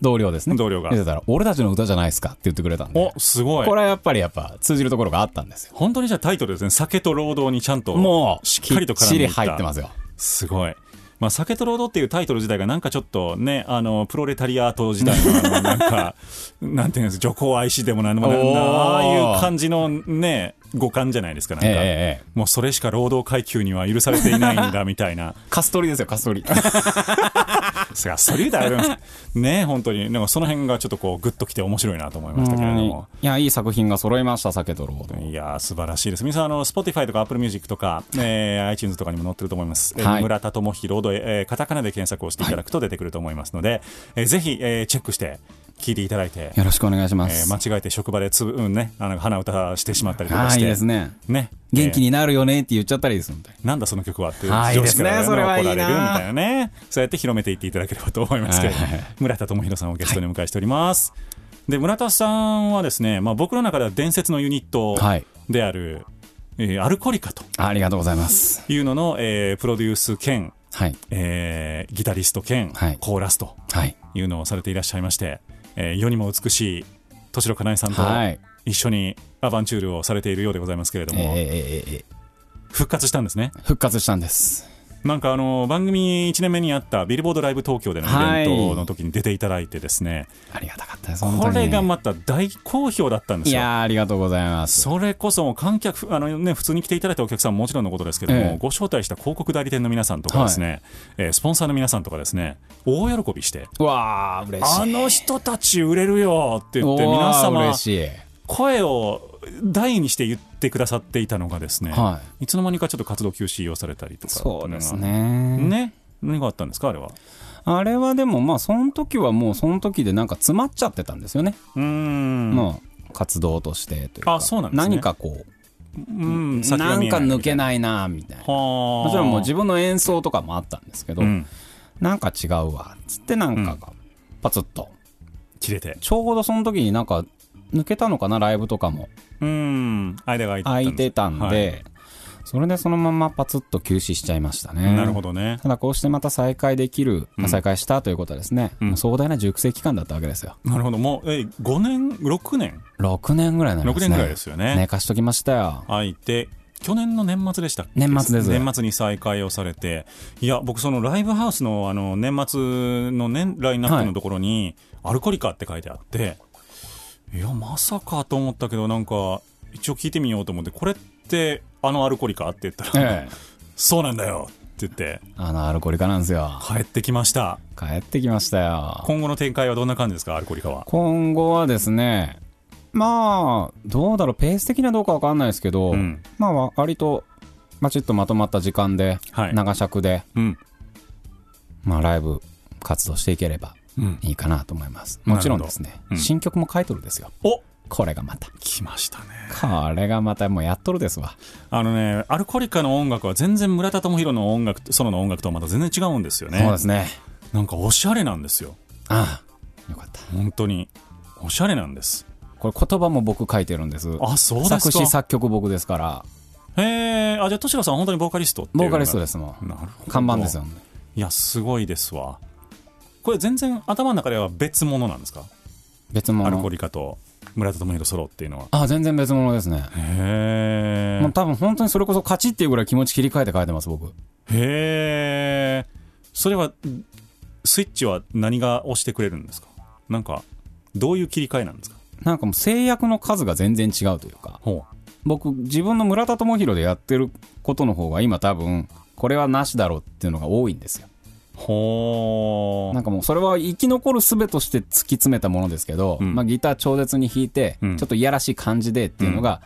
C: 同僚ですね
B: 同僚が
C: 出てたら「俺たちの歌じゃないですか」って言ってくれたんで
B: おすごい
C: これはやっぱりやっぱ通じるところがあったんですよ
B: 本当にじゃあタイトルですね酒と労働にちゃんと
C: もう
B: しっかりと
C: き
B: 絡
C: っ
B: ん
C: ち
B: で
C: り
B: いった
C: 入ってますよ
B: すごい。まあ、酒と労働っていうタイトル自体がなんかちょっとね、あの、プロレタリアート時代の、あのなんか、 なんていうんですか、女皇愛しでもなんでもない、
C: おー
B: なああいう感じのね、五感じゃないですか、なん
C: え
B: か。
C: ええええ
B: もうそれしか労働階級には許されていないんだ、みたいな。
C: えカストリですよカストリ
B: すが、それ言うたら、ね、本当に。なんかその辺がちょっとこう、グッときて面白いなと思いましたけれども。
C: いやいい作品が揃いました酒とロード
B: いやー素晴らしいです。皆さん、あの、Spotify とか Apple Music とか、えー iTunes とかにも載ってると思います。えー
C: はい
B: 村田智弘で、えーカタカナで検索をしていただくと出てくると思いますので、えーぜひ、えーチェックして、聞いていただいて、
C: よろしくお願いしま
B: え
C: す、
B: ー間違えて職場でつぶ、うんね、あの、鼻歌してしまったりとか
C: あ
B: し
C: あい
B: て。
C: いですね
B: ね
C: 元気
B: えー
C: になるよねって言っちゃったりですみたい
B: なんだその曲はっていう
C: はい
B: 上司から
C: ですねそれはいいな
B: 怒られるみたいなねそうやって広めていっていただければと思いますけれども、
C: はい
B: 村田智弘さんをゲストにお迎えしております、で村田さんはですね、まあ、僕の中では伝説のユニット
C: はい
B: である、えーアルコリカと
C: なありがとうございます
B: いうのの、えープロデュース兼、
C: はい
B: えーギタリスト兼、
C: はい
B: コーラスと
C: はい
B: いうのをされていらっしゃいまして、えー世にも美しい敏郎かなえさんと
C: はい
B: 一緒にアバンチュールをされているようでございますけれど
C: えええ
B: も、
C: えええ
B: 復活したんですね
C: 復活したんです
B: なんかあの番組1年目にあったビルボードライブ東京でのイベントの時に出ていただいてですね、
C: ありがたかったです本当
B: こ
C: に
B: れがまた大好評だったんで
C: い
B: すよ
C: やーありがとうございます
B: それこそもう観客あの、ね、普通に来ていただいたお客さんももちろんのことですけども、
C: ええ
B: ご招待した広告代理店の皆さんとかですね、えースポンサーの皆さんとかですね大喜びして
C: うわー
B: 「
C: 嬉しい
B: あの人たち売れるよ」って言って
C: う
B: 皆
C: わー
B: 様
C: 嬉しい
B: 声を大にして言ってくださっていたのがですね、、
C: はい
B: つの間にかちょっと活動休止をされたりとか
C: そうです
B: なんか
C: ね
B: ね何があったんですかあれは
C: あれはでもまあその時はもうその時でなんか詰まっちゃってたんですよね、
B: うーん
C: もう活動としてというか
B: あそうなんですね
C: 何かこう
B: うん、先
C: な
B: が見
C: ん
B: え
C: か
B: ない
C: 抜け
B: い
C: ないなみたいな
B: はあも
C: もちろんもう自分の演奏とかもあったんですけど、
B: うん、
C: なんか違うわっつってなんかがパツッと、
B: 切れて
C: ちょうどその時になんか抜けたのかなライブとかも
B: うん間が
C: 空
B: 空
C: い
B: い
C: て
B: て
C: た
B: た
C: ん
B: ん
C: で、
B: です
C: それでそのままパツッと休止しちゃいました
B: はい
C: ね
B: なるほどね
C: ただこうしてまた再開できる、まあ
B: うん
C: 再開したということはですね、
B: うん
C: もう壮大な熟成期間だったわけですよ
B: なるほどもうえ5年6年
C: 6年ぐらいになりま
B: 6
C: すね
B: 年ぐらいですよね
C: 寝かしときましたよ
B: 空いて去年の年末でしたっけ
C: 年末です
B: 年末に再開をされていや僕そのライブハウスのあの年末の年ラインナップのところに「アルコリカ」って書いてあって、い、やまさかと思ったけどなんか一応聞いてみようと思ってこれってあのアルコリカって言ったら、
C: ええ
B: そうなんだよって言って
C: あのアルコリカなんですよ
B: 帰ってきました
C: 帰ってきましたよ
B: 今後の展開はどんな感じですかアルコリカは
C: 今後はですねまあどうだろうペース的にはどうかわかんないですけど、
B: うん
C: まあわ割とバチッとまとまった時間で、
B: はい
C: 長尺で、
B: うん
C: まあ、ライブ活動していければ
B: うん
C: いいかなと思いますもちろんですね、
B: うん
C: 新曲も書いとるですよ
B: お
C: これがまた
B: 来ましたね
C: これがまたもうやっとるですわ
B: あのねアルコリカの音楽は全然村田智弘の音楽とソロの音楽とはまた全然違うんですよね
C: そうですね
B: なんかおしゃれなんですよ
C: ああよかった
B: 本当におしゃれなんです
C: これ言葉も僕書いてるんです
B: あそうですか
C: 作詞作曲僕ですから
B: へえあじゃあとしかさん本当にボーカリストっていう
C: ボ
B: よう
C: ー
B: な
C: カリストですもん
B: なるほど
C: 看板ですよね
B: いやすごいですわこれ全然頭の中では別物なんですか
C: 別
B: アルコ
C: 物
B: リカと村田智弘ソロっていうのは
C: あ全然別物ですね
B: へ
C: も
B: え
C: う多分本当にそれこそ勝ちっていうぐらい気持ち切り替えて書いてます僕
B: へえそれはスイッチは何が押してくれるんですかなんかどういう切り替えなんですか
C: なんかもう制約の数が全然違うというか
B: ほ
C: 僕自分の村田智弘でやってることの方が今多分これはなしだろうっていうのが多いんですよ
B: うほ
C: なんかもうそれは生き残る術として突き詰めたものですけど、
B: うん
C: まあ、ギター超絶に弾いて、
B: うん
C: ちょっといやらしい感じでっていうのが、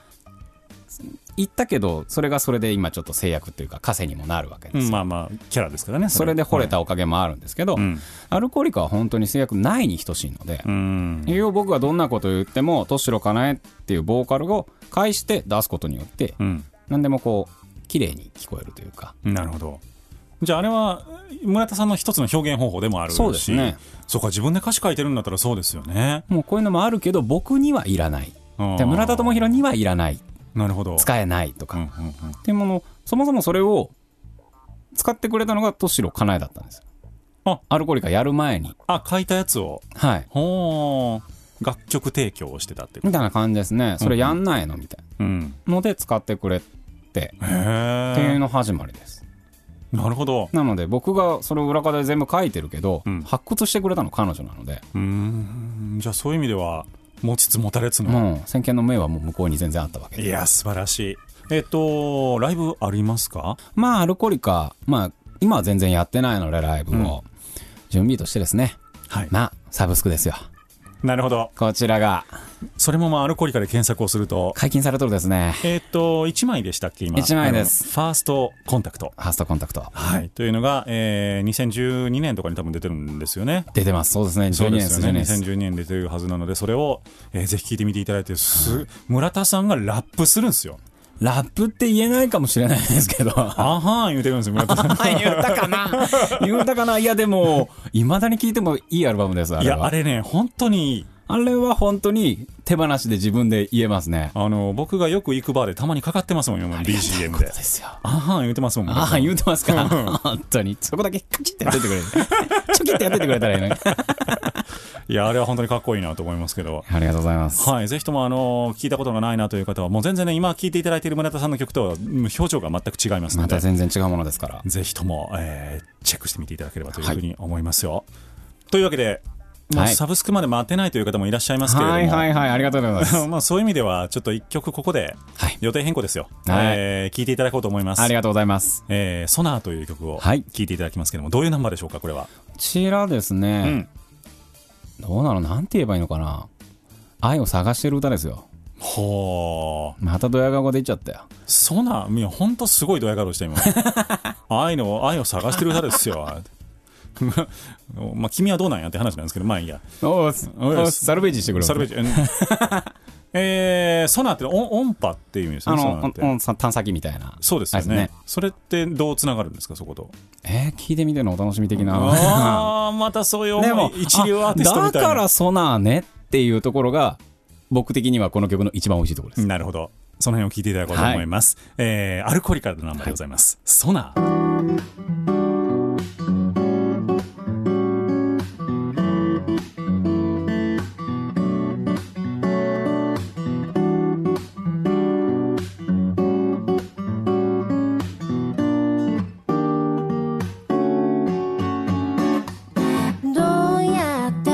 C: 言ったけどそれがそれで今ちょっと制約っていうか枷にもなるわけです
B: う
C: よ、
B: んまあまあキャラですからね
C: それで惚れたおかげもあるんですけど、
B: うん
C: アルコリカは本当に制約ないに等しいので
B: う、ん
C: 要は僕がどんなことを言ってもとしろかなえっていうボーカルを介して出すことによって、
B: うん
C: 何でもこう綺麗に聞こえるというか
B: なるほどじゃああれは村田さんの一つの表現方法でもあるし
C: そうですね
B: そうか自分で歌詞書いてるんだったらそうですよね
C: もうこういうのもあるけど僕にはいらない
B: あ
C: で
B: ー
C: 村田智弘にはいらない
B: なるほど
C: 使えないと
B: うんう
C: か
B: んうん
C: っていうものそもそもそれを使ってくれたのがとしろかなえだったんですよ
B: あ
C: アルコリカやる前に
B: あ書いたやつを
C: はい
B: ほう楽曲提供をしてたってこ
C: み
B: と
C: たいな感じですねそれやんないのみたい
B: うん
C: なので使ってくれて
B: へ
C: っていう
B: え
C: の始まりです
B: なるほど
C: なので僕がそれを裏方で全部書いてるけど、
B: うん
C: 発掘してくれたの彼女なので
B: うーんじゃあそういう意味では持ちつ持たれつの
C: もう先見の明はもう向こうに全然あったわけで
B: いや素晴らしいえっとライブありますか
C: まあアルコリカまあ今は全然やってないのでライブを、準備としてですね
B: はい
C: まあサブスクですよ
B: なるほど
C: こちらが
B: それもまあアルコリカで検索をすると
C: 解禁されとるですね
B: えっと1枚でしたっけ今
C: 一枚です
B: あのファーストコンタクト
C: ハーストコンタクト
B: はいというのが、えー2012年とかに多分出てるんですよね
C: 出てますそうですね
B: そ
C: 12
B: う
C: 年
B: で
C: です
B: すよ
C: 12
B: ね
C: 年です
B: 2012年出てるはずなのでそれを、えーぜひ聞いてみていただいてす村田さんがラップするんですよ
C: ラップって言えないかもしれないですけど
B: あはーん言うてるんですよ村田さん
C: 言ったかな言ったかないやでもいまだに聴いてもいいアルバムですあ
B: い
C: れは
B: やあれね本当にいい
C: あれは本当に手放しで自分で言えますね
B: あの僕がよく行くバーでたまにかかってますもん今 BGM で
C: ですよ
B: あはん言うてますもん
C: ああ、言うてますか
B: うん
C: 本当に。そこだけカチッてやっててくれる。チョキってやっててくれたらいい のに。
B: いやあれは本当にかっこいいなと思いますけど
C: ありがとうございます。
B: はい、ぜひとも、あの聞いたことがないなという方は、もう全然ね、今聞いていただいている村田さんの曲とは、うん表情が全く違いますの
C: ま
B: で、
C: た全然違うものですから。
B: ぜひとも、えーチェックしてみていただければというふうに思いますよ。というわけで、もう
C: はい
B: サブスクまで待てないという方もいらっしゃいますけれども、
C: はいはいはい、ありがとうございます。
B: まあ、そういう意味では、ちょっと一曲ここで
C: はい
B: 予定変更ですよ、
C: はい
B: えー聞いていただこうと思います。
C: ありがとうございます。
B: えーソナーという曲を
C: はい
B: 聞いていただきますけれども、どういうナンバーでしょうか、これは。
C: こちらですね、どうなのなんて言えばいいのかな。愛を探してる歌ですよ。
B: ほー、
C: またドヤ顔が出ちゃったよ。
B: ソナー、いや、ほんとすごいドヤ顔して、今。 愛の、愛を探してる歌ですよ。 まあ、君はどうなんやって話なんですけど、まあいいや。
C: おうす
B: おう
C: おうサルベージしてくれ
B: サルベージ、うんえー ソナーって音音波っていう意味です
C: あ
B: ね、ソナー
C: の
B: っ、
C: お
B: て。
C: おさ探査機みたいな。
B: そうですよね
C: あれで
B: それってどうつながるんですか、そこと。
C: えー、聞いてみてのお楽しみ的な。
B: ああ、またそういう
C: でも
B: 思い、一流アーティスト
C: あ
B: みたい
C: だ
B: な。
C: からソナーねっていうところが、僕的にはこの曲の一番美味しいところです。
B: なるほど。その辺を聞いていただこうと思います。えーアルコリカルのナンバーでございます。ソナー。
D: どうやって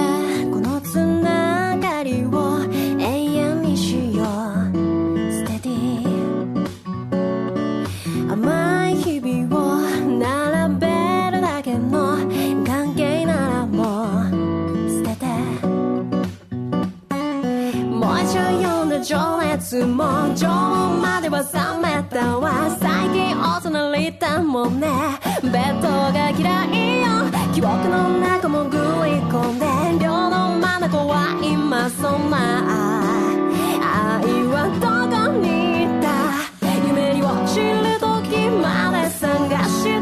D: このつながりを永遠にしようステディ甘い日々を並べるだけの関係ならもう捨てて燃えちゃうような情熱も情までは冷めたわ最近大人りたもんねベッドが嫌いよ記憶の中もぐい込んで両の真ん中は今そんな愛はどこにいた夢に落ちる時まで探し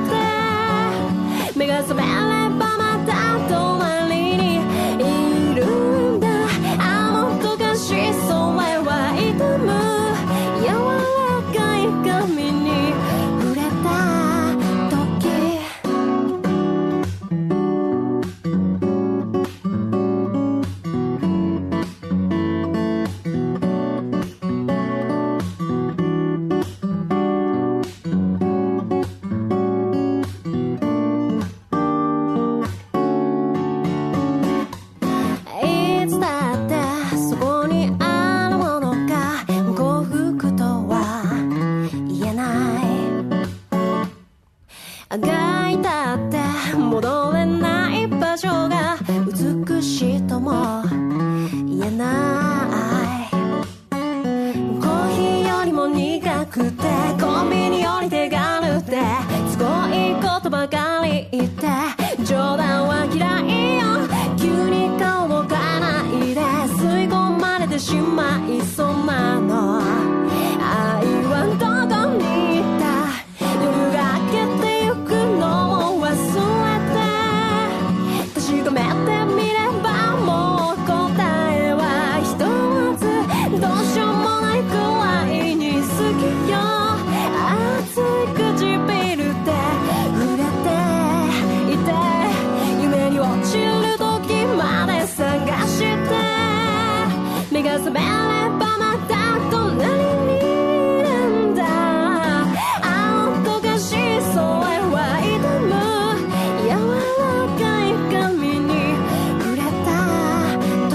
D: て目が覚めればまた隣にいるんだ甘滑ればまた隣にいるんだ青とかしそへはいたむ柔らかい髪に触れた時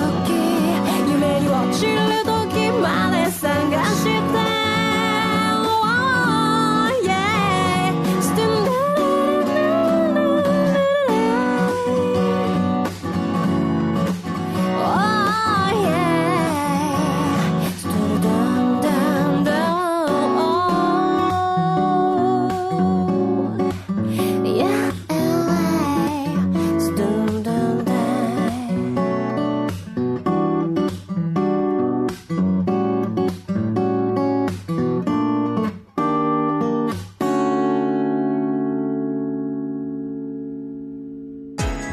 D: 夢に落ちる時まで探して Oh, yeah. Still- Oh yeah, still down, down, down. oh. Yeah, LA, still down, down.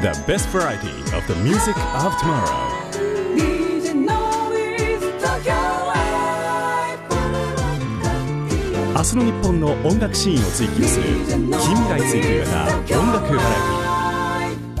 F: The best variety of the music of tomorrow. DJ 明日の日本の音楽シーンを追求する近未来追求型音楽バラエティ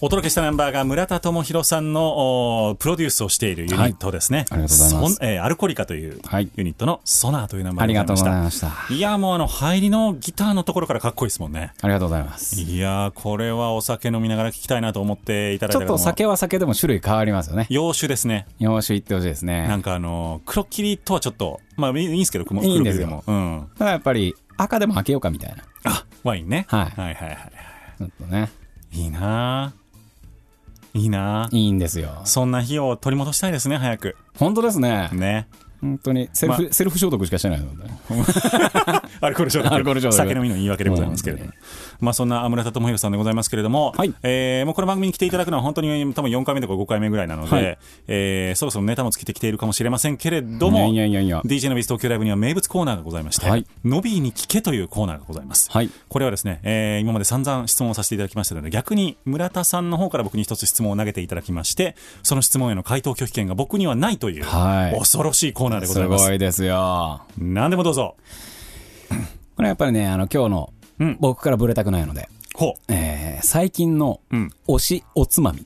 B: お届けしたメンバーが村田智弘さんのおープロデュースをしているユニットですね。
C: ありがとうございます
B: ソンえーアルコリカという
C: はい
B: ユニットのソナーという名前
C: あり
B: でご
C: が
B: ざ
C: と
B: いうま
C: ご
B: し
C: ざい
B: た。
C: ましたあ
B: いや、もうあの、入りのギターのところからかっこいいですもんね。
C: りがとうございます
B: いやー、これはお酒飲みながら聞きたいなと思っていただい
C: ち
B: た
C: ょ
B: け
C: っ
B: ど
C: と
B: も
C: 酒は酒でも種類変わりますよね
B: 洋酒ですね。
C: 日本酒行ってほしいです
B: な
C: ね
B: んかあの、黒霧とはちょっと、まあいいいいんですけど、黒
C: いい
B: 黒
C: ん
B: 霧
C: です
B: で
C: よ
B: も。うん。
C: ただやっぱり赤でも開けようかみたいな
B: あ、ワインね。
C: はい
B: はいはいは
C: ちょっとね
B: い。いいなーいいなー
C: いいんですよ
B: そんな日を取り戻したいですね、早く。
C: 本当ですね
B: ね。
C: 本当にセルフ、セルフ消毒しかしてないので
B: アルコール消毒。
C: アルコール消毒
B: 酒飲みの言い訳でございますけれども。まあそんな村田智弘さんでございますけれども、
C: はい
B: えーもうこの番組に来ていただくのは本当に多分4回目とか5回目ぐらいなので、
C: はい
B: えーそろそろネタも尽きてきているかもしれませんけれど
C: い
B: も、
C: やいやいやいや
B: DJ のビーズ東京ライブには名物コーナーがございまして、
C: はい
B: ノビーに聞けというコーナーがございます。
C: はい
B: これはですね、えー今まで散々質問をさせていただきましたので、逆に村田さんの方から僕に一つ質問を投げていただきまして、その質問への回答拒否権が僕にはないという、
C: はい
B: 恐ろしいコーナーでござ
C: す
B: います。
C: ごいですよ
B: 何でもどうぞ。
C: これやっぱりねあの今日の、
B: うん
C: 僕からブレたくないので、
B: ほう。
C: えー最近の
B: ん
C: 推しおつまみ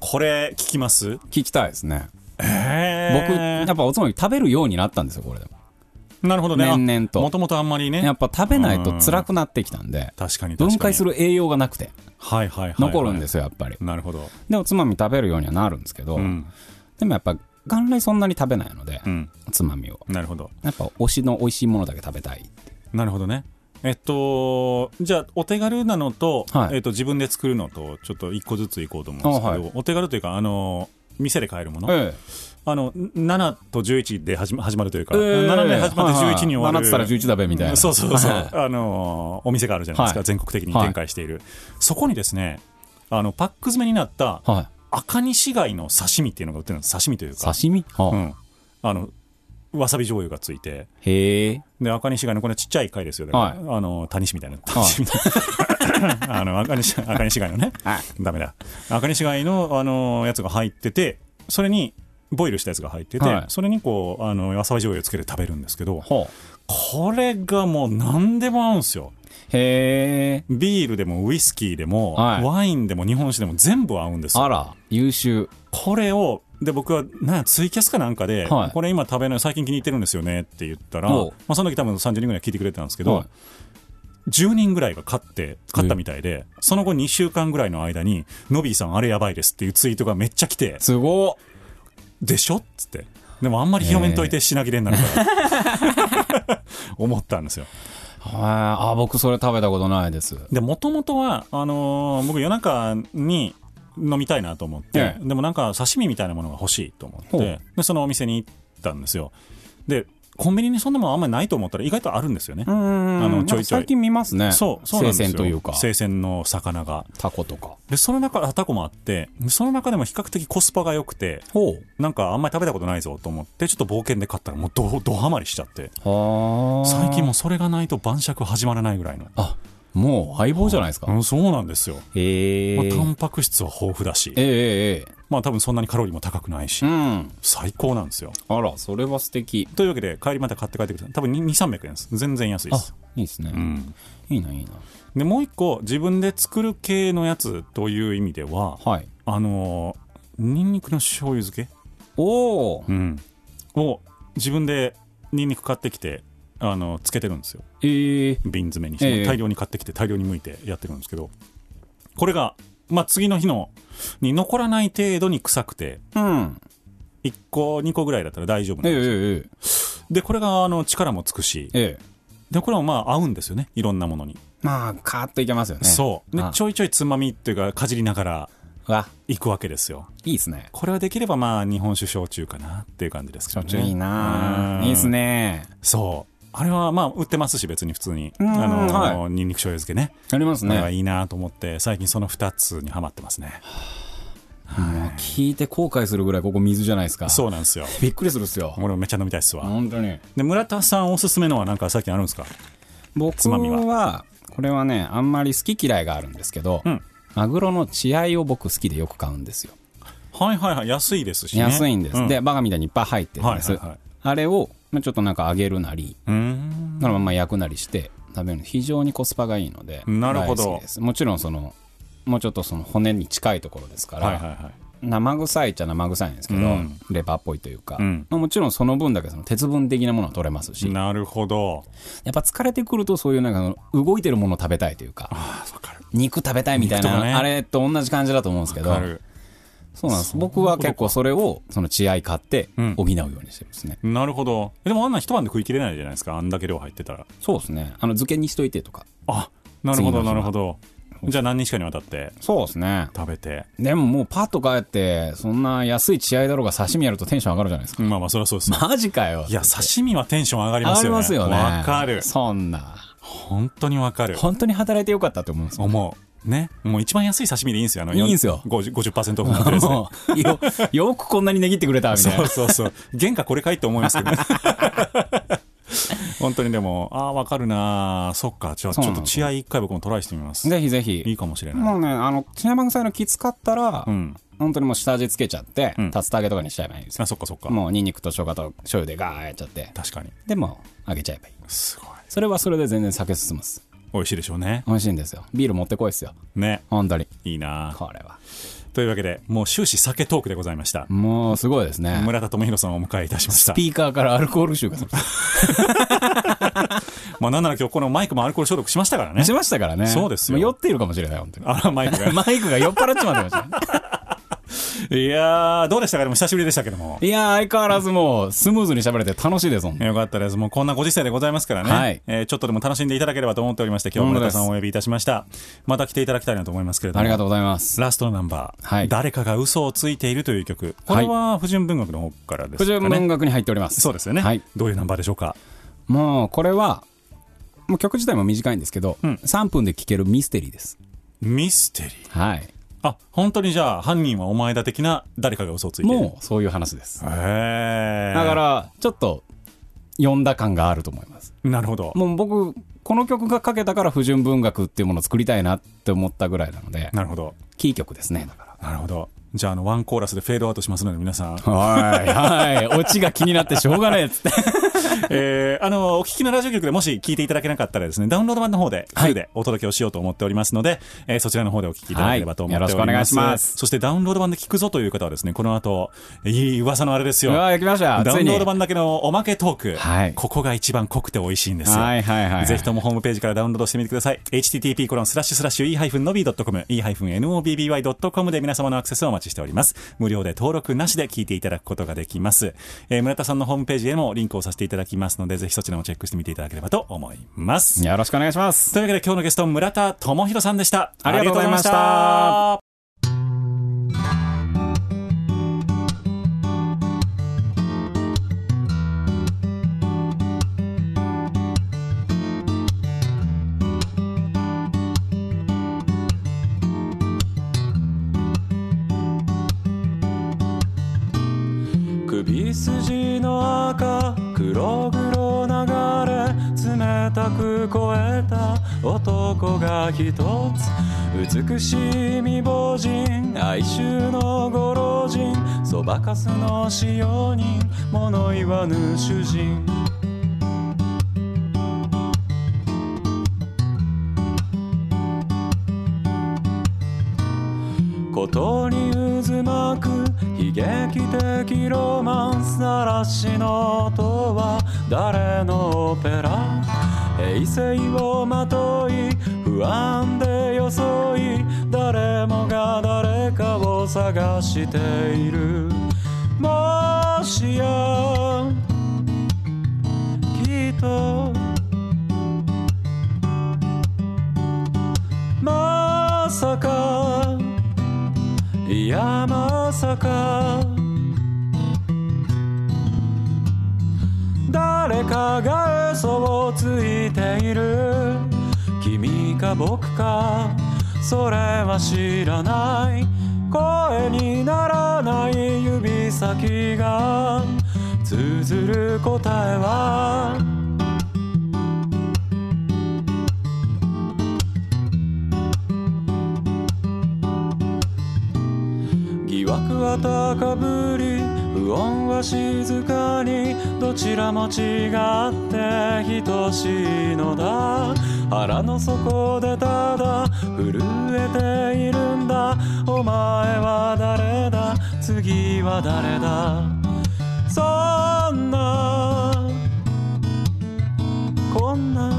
B: これ聞きます
C: 聞きたいですね僕
B: え
C: やっぱおつまみ食べるようになったんですよこれでも
B: 僕なるほどね
C: 年々と
B: もともとあんまり
C: や
B: ね
C: っぱ食べないと辛くなってきたんで
B: 確かに確かに
C: 分解する栄養がなくて
B: はいはいはいはい
C: 残るんですよやっぱり
B: なるほど
C: でおつまみ食べるようにはなるんですけど、
B: うん
C: でもやっぱ元来そんなに食べないので、
B: うん
C: おつまみを
B: なるほど
C: やっぱ推しの美味しいものだけ食べたい
B: なるほどねえっとじゃあお手軽なのと、
C: はい
B: えっと、自分で作るのとちょっと一個ずついこうと思うんですけど、
C: あはい
B: お手軽というかあの店で買えるもの、
C: え
B: あの7と11で始ま始まるというか、
C: え
B: 7で始まって
C: はいはい
B: 11に終わる、
C: 7つったら11だべみたいな
B: そうそうそう、
C: はい
B: あのーお店があるじゃないですか、
C: はい
B: 全国的に展開している、そこにですねあのパック詰めになった
C: は
B: 赤西貝の刺身っていうのが売ってるんです刺身という
C: い
B: か、
C: 刺身、はあ
B: うん、あのわさび醤油がついて
C: へえ
B: で赤西貝のこれちっちゃい貝ですよ、だからあのタニシみたいなタニシみたいな、 あの赤西赤西貝のね、ダメだ赤西貝のあのやつが入っててそれにボイルしたやつが入ってて、
C: はい
B: それにこうあのわさび醤油をつけて食べるんですけど
C: ほ
B: これがもう何でも合うんですよ
C: うへえ
B: ビールでもウイスキーでも、
C: はい
B: ワインでも日本酒でも全部合うんですよ
C: あら優秀
B: これをで僕はなんやツイキャスかなんかで、
C: はい
B: これ今食べない最近気に入ってるんですよねって言ったら、
C: お
B: ま
C: う
B: あ、その時多分30人ぐらい聞いてくれてたんですけど、
C: はい
B: 10人ぐらいが勝って勝ったみたいでその後2週間ぐらいの間に「ノビーさんあれやばいです」っていうツイートがめっちゃ来て
C: すごっ
B: 「でしょ?」っつってでもあんまり広めんといて品切れになるから、 思ったんですよ
C: はいあ僕それ食べたことないです
B: でもともとはあのー僕夜中に飲みたいなと思って、
C: え
B: でもなんか刺身みたいなものが欲しいと思っ
C: ほう
B: てでそのお店に行ったんですよでコンビニにそんなもんあんまりないと思ったら意外とあるんですよね、
C: ん
B: あのちょいちょい
C: 最近見ますね
B: そうそうなんですよ
C: 生鮮というか
B: 生鮮の魚が
C: タコとか
B: でその中あタコもあってその中でも比較的コスパが良くて
C: ほう
B: なんかあんまり食べたことないぞと思ってちょっと冒険で買ったらもうどどハマりしちゃって
C: はあ
B: 最近もうそれがないと晩酌始まらないぐらいの、
C: あもう相棒じゃないですか、
B: うん、そうなんですよ、
C: へえ
B: まあ、タンパク質は豊富だし
C: ええええええ
B: まあ多分そんなにカロリーも高くないし、
C: うん
B: 最高なんですよ
C: あらそれは素敵
B: というわけで帰りまた買って帰ってくる多分2300円です全然安いで
C: あ
B: す
C: いいですね、
B: うん
C: いいないいな
B: でもう一個自分で作る系のやつという意味では
C: はい
B: あのーニンニクの醤油漬け、
C: おお
B: うん、を自分でニンニク買ってきてあの漬けてるんですよ
C: えー、
B: 瓶詰めにし
C: え
B: て
C: え
B: 大量に買ってきて大量に剥いてやってるんですけどこれが、まあ、次の日のに残らない程度に臭くて
C: うん
B: 1個2個ぐらいだったら大丈夫なん
C: ええ
B: ですよ
C: え
B: でこれがあの力もつくし
C: えええ
B: でこれもまあ合うんですよねいろんなものに、
C: まあカーッといけますよね
B: そうで
C: あ
B: ちょいちょいつまみっていうかかじりながら
C: うわ
B: いくわけですよ
C: いいですね
B: これはできればまあ日本酒焼酎かなっていう感じですけど
C: 焼
B: ね
C: 酎いいな
B: うん
C: いいですね
B: そうあれはまあ売ってますし別に普通にあ
C: うん
B: の、
C: は
B: ニンニク醤油漬けね
C: あります
B: あれは
C: ね
B: いいなと思って最近その2つにはまってますね
C: もう聞いて後悔するぐらいここ水じゃないですか
B: そうなんですよ
C: びっくりするっすよ
B: 俺もめっちゃ飲みたいっすわ、
C: 本当に
B: で村田さんおすすめのはなんか最近あるんですか
C: 僕
B: つまみは
C: はこれはねあんまり好き嫌いがあるんですけど、
B: うん
C: マグロの血合いを僕好きでよく買うんですよ
B: はいはいはい安いですしね
C: 安いんです、
B: う
C: でバカみたいにいっぱい入ってるんです、
B: はいはいはい
C: あれをまあちょっとなんか揚げるなり
B: うーん
C: そのまま焼くなりして食べるの非常にコスパがいいので
B: なるほど
C: 大好きですもちろんそのもうちょっとその骨に近いところですから、
B: はいはいはい
C: 生臭いっちゃ生臭いんですけど、
B: うん
C: レバーっぽいというか、
B: うん
C: まあもちろんその分だけその鉄分的なものは取れますし、や
B: なるほど
C: っぱ疲れてくるとそういうなんかその動いてるものを食べたいというか
B: あわかる
C: 肉食べたいみたい
B: 肉と
C: な、
B: かね
C: あれと同じ感じだと思うんですけど
B: わかる
C: そうなんです僕は結構それをその血合い買って
B: うん
C: 補うようにしてますね、
B: なるほどでもあんな一晩で食い切れないじゃないですかあんだけ量入ってたら
C: そうですねあの漬けにしといてとか
B: あなるほ
C: 次の
B: ど
C: 日は
B: なるほどじゃあ何日かにわたって
C: そうですね
B: 食べて
C: でももうパッと帰ってそんな安い血合いだろうが刺身やるとテンション上がるじゃないですか
B: まあまあそりゃそうですよ
C: マジかよ
B: いや刺身はテンション上がり
C: 上
B: ま
C: が
B: す
C: り
B: よね
C: ますよね
B: わかる
C: そんな
B: 本当にわかる
C: 本当に働いてよかったと思うんですよ
B: 思うねもう一番安い刺身でいいんですよあの
C: いいんですよ
B: 50%, 50オフになってるやつね
C: もう よよくこんなに値切ってくれたみたい
B: そう
C: な
B: そうそう。原価これかいって思いますけどね。 本当にでも、ああ、わかるなーそっか。じゃあ、ち
C: そうな
B: ょ
C: ん
B: っ
C: です
B: と
C: よ
B: 血合い一回僕もトライしてみます。
C: ぜひぜひ
B: いいかもしれな
C: も
B: い。
C: うねあの血合いまぐさいのきつかったら、
B: うん。
C: 本当にもう下味つけちゃって、
B: うん
C: 竜田揚げとかにしちゃえばいいんですよ
B: あ、そっかそっか。
C: もうニンニクと生姜と醤油でガーやっちゃって
B: 確かに。
C: でもう揚げちゃえばいい
B: すごい。
C: それはそれで全然酒進むっす
B: 美味しいでしょうね。
C: 美味しいんですよビール持ってこいっすよ
B: ね。
C: 本当に
B: いいなー
C: これは
B: というわけで、もう終始酒トークでございました。
C: もうすごいですね
B: 村田智弘さんをお迎えいたしまし
C: ス
B: た。
C: ピーカーからアルコール臭がする
B: まあ、なんなら今日このマイクもアルコール消毒しましたからね
C: し。ましたからね
B: そうですよ
C: も酔っているかもしれない本当に
B: あら、マイクが。
C: マイクが酔っ払 っちまってましたね
B: いやー、どうでしたかでも久しぶりでしたけども。
C: いやー相変わらずもうスムーズに喋れて楽しいですもん
B: よかったです。もうこんなご時世でございますからね、
C: はい
B: えーちょっとでも楽しんでいただければと思っておりまして、今日は村田さんをお呼びいたしました。また来ていただきたいなと思いますけれども。
C: ありがとうございます
B: ラストのナンバー、
C: はい
B: 誰かが嘘をついているという曲。これは不純文学の方からです
C: 不
B: かね。
C: 純文学に入っております
B: そうですよね、
C: はい
B: どういうナンバーでしょうか。
C: もうこれはもう曲自体も短いんですけど、
B: うん
C: 3分で聴けるミステリーです
B: ミステリー。
C: はい
B: あ、本当にじゃあ犯人はお前だ的な誰かが嘘をついている。
C: もうそういう話です
B: へえ。
C: だか。らちょっと読んだ感があると思います
B: なるほど。
C: もう僕この曲が書けたから不純文学っていうものを作りたいなって思ったぐらいなので
B: なるほど。
C: キー曲ですねだから
B: なるほど。じゃあ、あの、ワンコーラスでフェードアウトしますので、皆さん。
C: はいはいオチが気になってしょうがないっつって
B: えーあの、お聞きのラジオ局でもし聞いていただけなかったらですね、ダウンロード版の方で、フルでお届けをしようと思っておりますので、えーそちらの方でお聞きいただければと思っております。
C: はいよろしくお願いします
B: そしてダウンロード版で聞くぞという方はですね、この後、いい噂のあれです
C: う
B: よ。
C: わー来ました
B: ダウンロード
C: つい
B: 版だけのおまけトーク、
C: はい
B: ここが一番濃くて美味しいんですよ。
C: はいはいはい
B: ぜひともホームページからダウンロードしてみてください。http コロンスラッシュスラッシュ e-nobby.com e-nobby.com で皆様のアクセスをお待ちしております。無料で登録なしで聞いていただくことができます。えー村田さんのホームページへもリンクをさせていただきますので、ぜひそちらもチェックしてみていただければと思います。
C: によろしくお願いします
B: というわけで今日のゲスト、村田智弘さんでした。
C: ありがとうございました
B: ありがとうございました。
E: 首筋の赤黒黒流れ冷たく肥えた男が一つ美しい未亡人哀愁の語呂そばかすの使用人物言わぬ主人ことに渦巻く悲劇的ロマンス嵐の音は誰のオペラ平成をまとい不安でよそい誰もが誰かを探しているもしやきっとまさかいやまさか誰かが嘘をついている君か僕かそれは知らない声にならない指先が綴る答えは疑惑は高ぶり不穏は静かにどちらも違って等しいのだ腹の底でただ震えているんだお前は誰だ次は誰だそんなこんな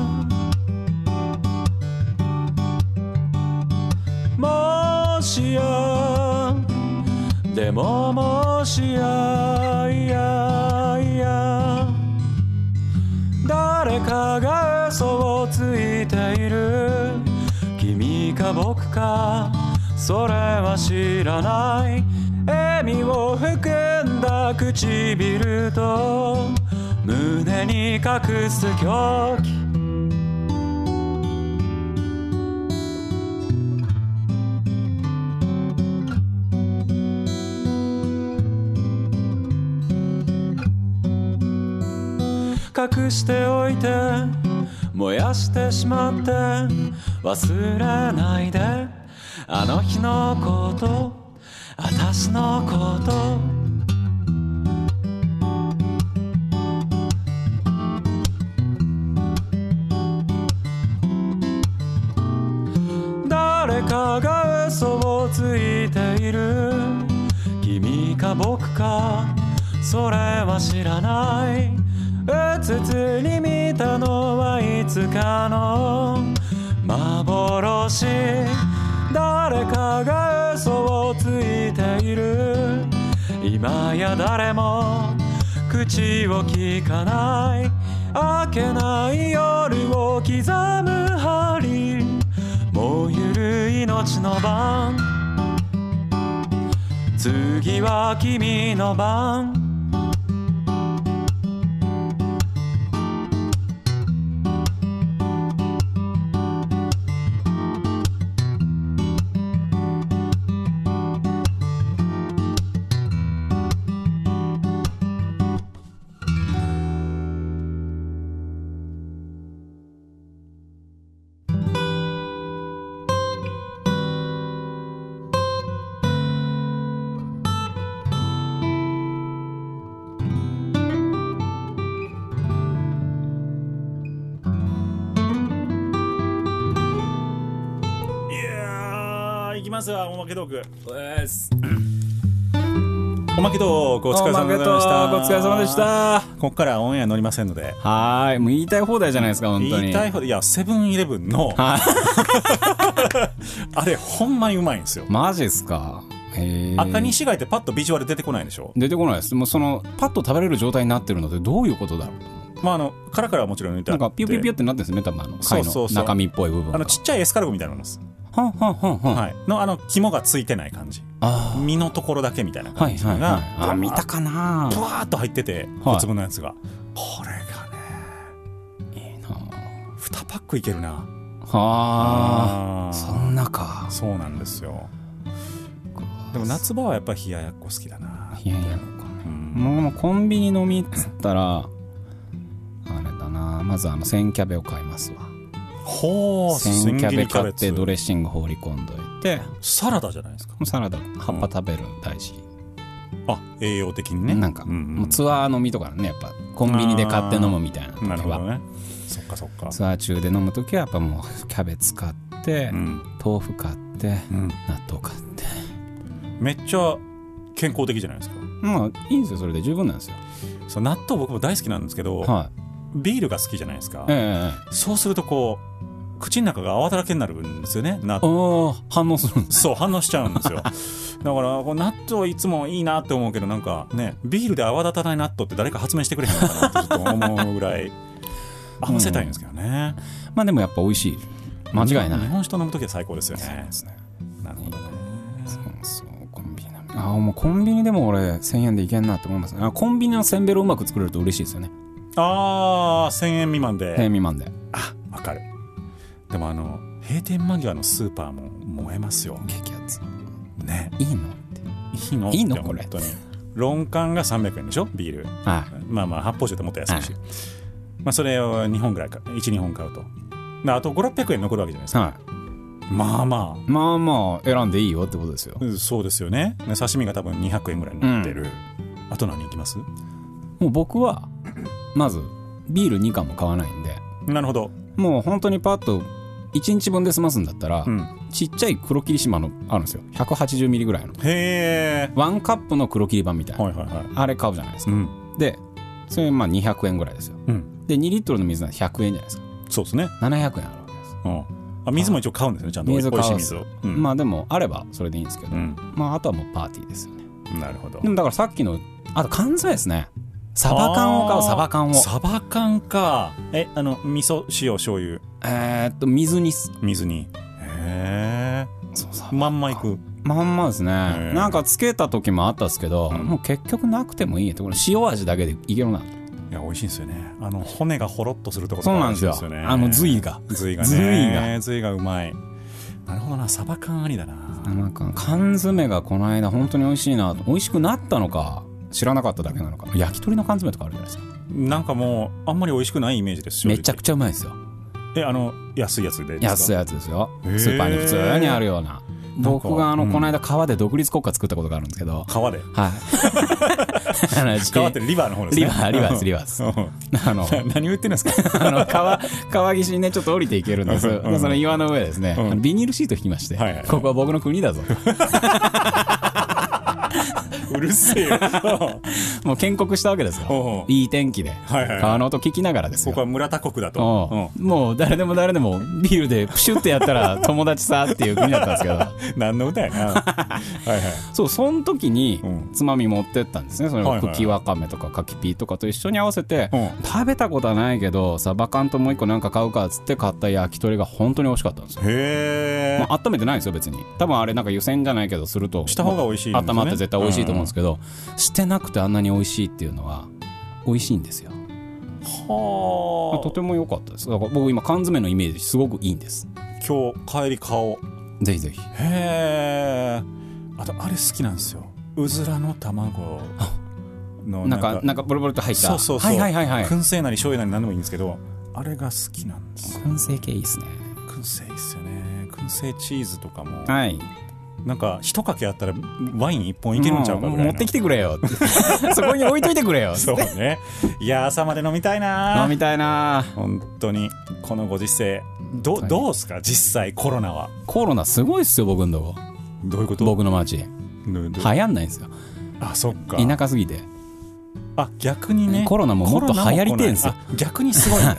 E: もしやでももしやいやいや誰かが嘘をついている君か僕かそれは知らない笑みを含んだ唇と胸に隠す狂気隠しておいて燃やしてしまって忘れないであの日のこと私のこと誰かが嘘をついている君か僕かそれは知らないうつつに見たのはいつかの幻誰かが嘘をついている今や誰も口を聞かない明けない夜を刻む針もうゆる命の番次は君の番
B: いやー、いきますわ、おまけトーク。おまけトーク、お疲れ様でございました。
C: おまけトークお疲れ様でした。
B: ここからオンエア乗りませんので。
C: はーい。もう言いたい放題じゃないですか、本当に。
B: 言いたいほど、いや、セブンイレブンの、
C: は
B: あれ、ほんまにうまいんですよ。
C: マジっすか。へえ。
B: 赤西貝ってパッとビジュアル出てこないでしょ
C: 出てこないです。もうその、パッと食べれる状態になってるのってどういうことだろう
B: まあ、あの、カラカラはもちろん抜いてあ
C: な
B: っ
C: ん
B: て
C: か、ピュピュピュってなってるんですね、多分あの、貝
B: そうそう
C: の
B: そう
C: 中身っぽい部分が。
B: あの、ちっちゃいエスカルゴみたいなのです。
C: はんはんはんはん。
B: はい。の、あの、肝がついてない感じ。
C: あ
B: 身のところだけみたいな
C: あ。は
B: 感
C: い
B: じ
C: は
B: の
C: い
B: が、
C: はい。あ、見たかな
B: ブワーっと入ってて、
C: はい
B: 小粒のやつが。これがね、2パックいけるな。
C: は
B: あ
C: あ。
B: ー
C: そんなか。
B: そうなんですよ。でも夏場はやっぱ冷ややっこ好きだな。
C: いやいや、
B: うん
C: もうもうコンビニ飲みっつったら、あれだな。まずあの、千キャベを買いますわ。
B: ほう、
C: 千キャベ買っ
B: 千切り
C: て
B: キャベツ
C: ドレッシング放り込んどいて、
B: サラダじゃないですか。
C: サラダ、葉っぱ食べるの大事。
B: あ栄養的にね
C: なんか、
B: ううん
C: もうツアー飲みとかねやっぱコンビニで買って飲むみたいな時は
B: なるほどねそっかそっか
C: ツアー中で飲む時はやっぱもうキャベツ買って、
B: うん
C: 豆腐買って
B: うん
C: 納豆買って
B: めっちゃ健康的じゃないですか
C: まあいいんですよそれで十分なんですよ
B: そう納豆僕も大好きなんですけど、
C: はい
B: ビールが好きじゃないですか、
C: ええ
B: そうするとこう口の中が泡だらけになるんですよね納
C: ええ
B: 豆
C: おー反応するんです
B: そう反応しちゃうんです よだからこう納豆いつもいいなって思うけどなんかねビールで泡立たない納豆って誰か発明してくれへんのかなってちょっと思うぐらい合わせたいんですけどね、
C: まあでもやっぱ美味しい間違いない
B: 日本酒と飲む時は最高ですよね
C: すね
B: なるほどね
C: そうコンビニなああもうコンビニでも俺1000円でいけんなって思いますねあコンビニのせんべろうまく作れると嬉しいですよね
B: ああ1000円未満
C: 1000円
B: で
C: 未満で
B: あわかるでもあの閉店間際のスーパーも燃えますよ
C: 激アツ
B: ね
C: いいのって
B: いいの
C: いいの
B: って
C: これ
B: 本当に論缶が300円でしょビール
C: は
B: まあまあ発泡酒ってもっと安いし、まあ、それを2本ぐらいか12本買うとであと5600円残るわけじゃないです
C: い
B: か、
C: は
B: まあま
C: いまあまあ選んでいいよってことですよ
B: あうんそうですよねね刺身が多分200円ぐらいになってる、あと何いきます
C: もう僕はまずビール2缶も買わないんで
B: なるほど、
C: もう本当にパッと1日分で済ますんだったら、
B: うん、
C: ちっちゃい黒霧島のあるんですよ180ミリぐらいの
B: へえ
C: ワンカップの黒霧板みたいな、
B: はいはいはい
C: あれ買うじゃないです
B: う
C: か、
B: ん
C: でそれまあ200円ぐらいですよ
B: うん
C: で2リットルの水なんて100円じゃないですか
B: そうですね、
C: 700円あるわけです、
B: うん、あ水も一応買うんですねちゃんと
C: 水
B: 美味しい
C: 買う
B: 水を、うん
C: まあでもあればそれでいいんですけ
B: う
C: ど、
B: ん
C: まああとはもうパーティーですよね
B: なるほど
C: でもだからさっきのあと缶詰ですねサバ缶を買
B: あ
C: う
B: ー
C: サバ缶を
B: サバ缶かえあの味噌塩醤油
C: えーっと水にす
B: 水にへ
C: そうサバ
B: えまんまいく
C: まんまですね、
B: ー
C: なんかつけた時もあったんですけど、
B: ん
C: もう結局なくてもいいところ塩味だけでいけるない
B: や美味しいんですよねあの骨がほろっとするところ
C: そう
B: が
C: なん
B: 美
C: で
B: 味し
C: す
B: いん
C: よ
B: ですよね
C: あの髄が
B: 髄がね
C: 髄が
B: 髄がうまいなるほどなサバ缶ありだな
C: なんか缶詰がこの間本当に美味しいなと美味しくなったのか知らなかっただけなのか焼き鳥の缶詰とかあるじゃないですか
B: なんかもうあんまり美味しくないイメージです
C: めちゃく
B: ち
C: ちゃうまいですよ
B: ゃえあの安いやつでですか
C: 安いやつですよ
B: へー
C: スーパーに普通にあるような僕があの
B: うん
C: この間川で独立国家作ったことがあるんですけど、
B: 皮で
C: はいあの
B: 皮ってリバーの方ですね
C: リバーリバーですリバーです
B: ー
C: あの
B: 何を言ってるんですか
C: あの川川岸にねちょっと降りていけるんです
B: うん
C: でその岩の上ですね、
B: うん
C: あのビニールシート引きまして、
B: はいはいはい
C: ここは僕の国 だぞ
B: うるせえ よ
C: もう建国したわけですよ
B: うん
C: いい天気で、
B: いはい
C: 川の音聞きながらです
B: こ
C: よ
B: こは村田国だと
C: おうもう誰でも誰でもビールでプシュってやっ たら友達さっていう国だったんですけど
B: うん何の歌やなはいはい
C: そうその時に
B: うん
C: つまみ持ってったんですねそれ
B: はいは
C: を
B: いはい
C: 茎わかめとか柿ピーとかと一緒に合わせて、
B: うん
C: 食べたことはないけどサバ缶ともう一個なんか買うかっつって買った焼き鳥が本当に美味しかったんですよ、
B: へえ
C: まあ、温めてないんですよ別に多分あれなんか湯煎じゃないけどすると
B: した方が美味しいんですね
C: 温まって絶対美味しいと思うんですけど、してなくてあんなに美味しいっていうのは美味しいんですよ
B: は
C: とても良かったですだから僕今缶詰のイメージすごくいいんです
B: あ今日帰り買おう
C: ぜひぜひ
B: へえあとあれ好きなんですようずらの卵の
C: なんか、なんか、ボロボロと入った。
B: そうそうそう、
C: はいはいはいはい。
B: 燻製なり醤油なり何でもいいんですけどあれが好きなんですよ
C: 燻製系いいっすね。
B: 燻製いいっすよね燻製チーズとかも
C: はい。
B: なんか一かけあったらワイン一本いけるんちゃうかぐらいの
C: も持ってきてくれよ って。そこに置いといてくれよ。
B: そうねいや朝まで飲みたい
C: 飲
B: な
C: みたいな
B: 本当にこのご時世ど
C: 当に
B: どうすか実際コロナは
C: コロナすごいっすよ、僕んとこ。
B: どういうこと
C: 僕の町。
B: どど
C: 流行んないんですよ。
B: あそっか
C: 田舎すぎて。
B: あ逆にね
C: コロナももっと流行りてんすよ
B: コロナも来ないあ逆にすごいね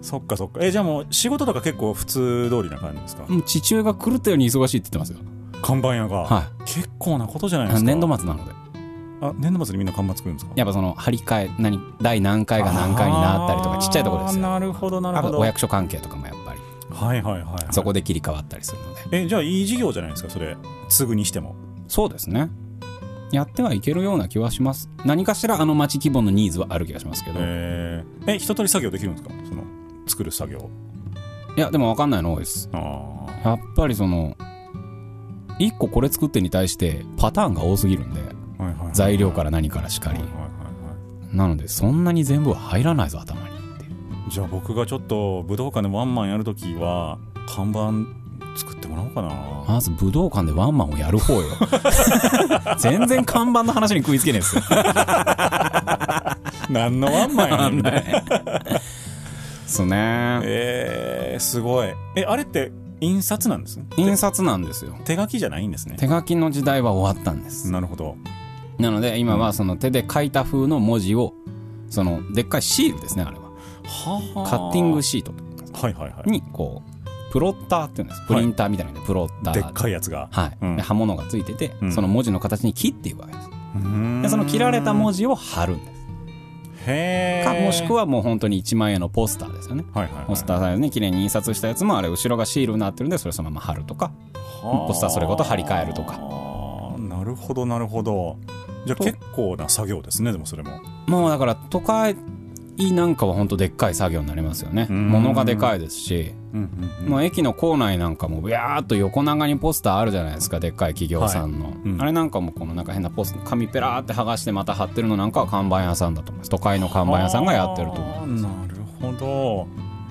B: そっかそっかえじゃあもう仕事とか結構普通通りな感じですか、
C: もう父親が狂ったように忙しいって言ってますよ。
B: 看板屋が、
C: は
B: 結構なことじゃない
C: あ
B: で
C: の
B: すか
C: 年度末なので。
B: あ年度末にみんな看板作るんですか
C: やっぱその、張り替え、何、第何回が何回になったりとか、ちっちゃいところです
B: あー
C: よ。
B: なるほどなる
C: あ
B: ほ
C: と、
B: ど
C: お
B: はい
C: 役所関係とかもやっぱり、
B: はいはいはい
C: そこで切り替わったりするので。
B: えじゃあいい事業じゃないですかそれすぐにしても
C: そうですね。やってはいけるような気はします。何かしらあの町規模のニーズはある気がしますけど。
B: えー、え一通り作業できるんですかその作る作業
C: いや、でも分かんないの多いです。
B: あ
C: やっぱりその、一個これ作ってに対してパターンが多すぎるんで、
B: あはいはいはい
C: 材料から何からしかり
B: はい。はいはい
C: なので、そんなに全部は入らないぞ、頭にっていう。
B: じゃあ僕がちょっと武道館でワンマンやるときは看板作ってもらおうかな
C: まず武道館でワンマンをや る方よ。全然看板の話に食いつけねえですよ。
B: 何のワンマ ンやねん
C: そうね。
B: えー、すごいえあれって印刷なんですね
C: 印刷なんですよ。
B: 手書きじゃないんですね
C: 手書きの時代は終わったんです。
B: なるほど
C: なので今はその手で書いた風の文字を、そのでっかいシールですね、あれは。
B: は
C: カッティングシート
B: はいはいはい
C: にこう、プロッターっていうんです。プリンターみたいなのでプロッター。
B: でっかいやつが
C: はい、
B: うん
C: で刃物がついてて、
B: うん
C: その文字の形に切っていうわけです
B: うーん
C: でその切られた文字を貼るんです
B: へえ
C: かもしく
B: は
C: はもう本当に1万円のポスターですよね
B: はいはいはい
C: ポスターサイズに綺麗に印刷したやつもあれ後ろがシールになってるんでそれそのまま貼るとか
B: はあ
C: ポスターそれごと張り替えるとか
B: あーなるほどなるほどじゃあ
C: と
B: 結構な作業ですねでもそれも
C: もうだから都会なんかは本当でっかい作業になりますよね
B: うん
C: 物がでかいですし、
B: うんうん
C: もう駅の構内なんかもビャーっと横長にポスターあるじゃないですかでっかい企業さんの、
B: うん
C: あれなんかもこのなんか変なポス紙ペラーって剥がしてまた貼ってるのなんかは看板屋さんだと思います都会の看板屋さんがやってると思う
B: あーなるほど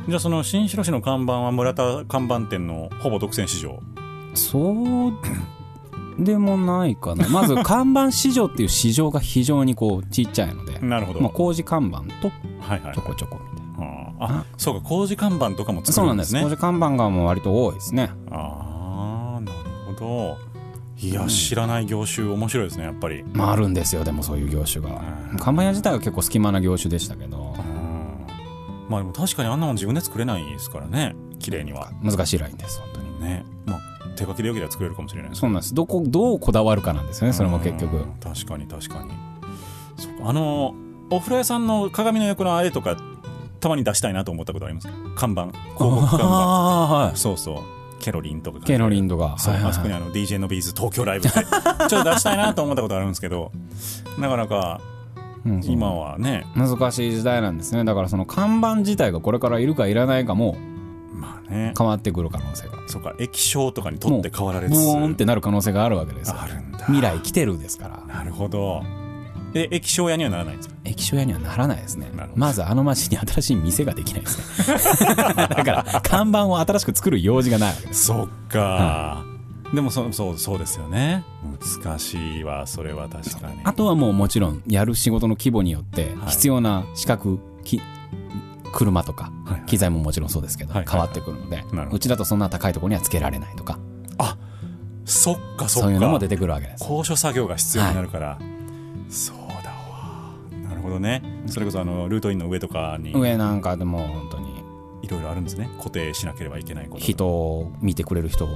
B: じゃあその新城市の看板は村田看板店のほぼ独占市場
C: そうでもないかなまず看板市場っていう市場が非常にこうちっちゃいので、
B: なるほど、
C: まあ、工事看板と
B: はいはい
C: ちょこちょこみたいな、
B: あーあそうか工事看板とかも
C: そう
B: 作
C: な
B: る
C: ん
B: ん
C: で
B: です
C: す
B: ね
C: 工事看板がもう割と多いですね
B: ああなるほどいや、知らない業種面白いですねやっぱり
C: まああるんですよでもそういう業種が
B: うん
C: 看板屋自体は結構隙間な業種でしたけど
B: うんまあでも確かにあんなもん自分で作れないですからね綺麗には
C: 難しいラインです本当に
B: ねまあ手書きでよければ作れるかもしれないです
C: そうなんですどこどうこだわるかなんですよねそれも結
B: う
C: 局
B: ん確かに確かにそっかあのお風呂屋さんの鏡の横のあれとかたまに出したいなと思ったことあります看板広告看板
C: あ
B: そうそうケロリンとか
C: ケロリ
B: ン
C: ンドが
B: そう、
C: はいはい
B: あそこにあの DJ のビーズ東京ライ ブってちょっと出したいなと思ったことあるんですけどなかなか
C: うんそう
B: 今はね、
C: 難しい時代なんですねだからその看板自体がこれからいるかいらないかも
B: まあね
C: 変わってくる可能性が
B: そうか液晶とかに取って変わられつつ
C: ボーンってなる可能性があるわけですよ
B: あるんだ
C: 未来来てるですから
B: なるほどで液晶屋にはならないんですか
C: 液晶屋にはならないですね
B: なるほど
C: まずあの町に新しい店ができないですね だから看板を新しく作る用事がないわけです
B: そっか、でもそそうそうですよね難しいわそれは確かに
C: あとはもうもちろんやる仕事の規模によって
B: はい
C: 必要な資格、き車とか
B: はいはい
C: 機材ももちろんそうですけど
B: はい
C: 変
B: はいは
C: わ
B: い
C: ってくるので
B: なるほど
C: うちだとそんな高いところにはつけられないとか
B: そっかそっか
C: そういうのも出てくるわけです
B: 高所作業が必要になるから、そうだわなるほどねそれこそあのルートインの上とかに
C: 上なんかでも本当に
B: いろいろあるんですね固定しなければいけないこと
C: 人を見てくれる人を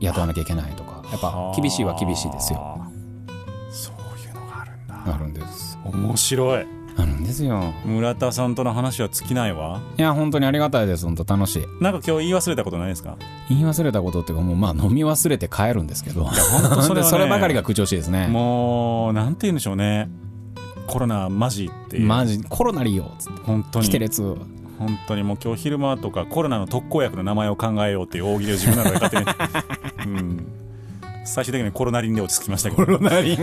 C: 雇わなきゃいけないとかやっぱ厳しいは厳しいですよ
B: あーそういうのがあるんだ
C: あるんです
B: 面白い
C: あるんですよ
B: 村田さんとの話は尽きないわ
C: いや本当にありがたいです本当楽しい
B: なんか今日言い忘れたことないですか
C: 言い忘れたことっていうかもうまあ飲み忘れて帰るんですけど
B: ほんとそれはね
C: で そればかりが口調しいですね
B: もうなんて言うんでしょうねコロナマジっていう
C: マジコロナ利用っつって
B: 本当
C: 来て
B: に
C: るやつ
B: 本当にもう今日昼間とかコロナの特効薬の名前を考えようっていう大喜利を自分ながらや ってね、うん、最終的にコロナリンで落ち着きましたけどコロナリン
C: いい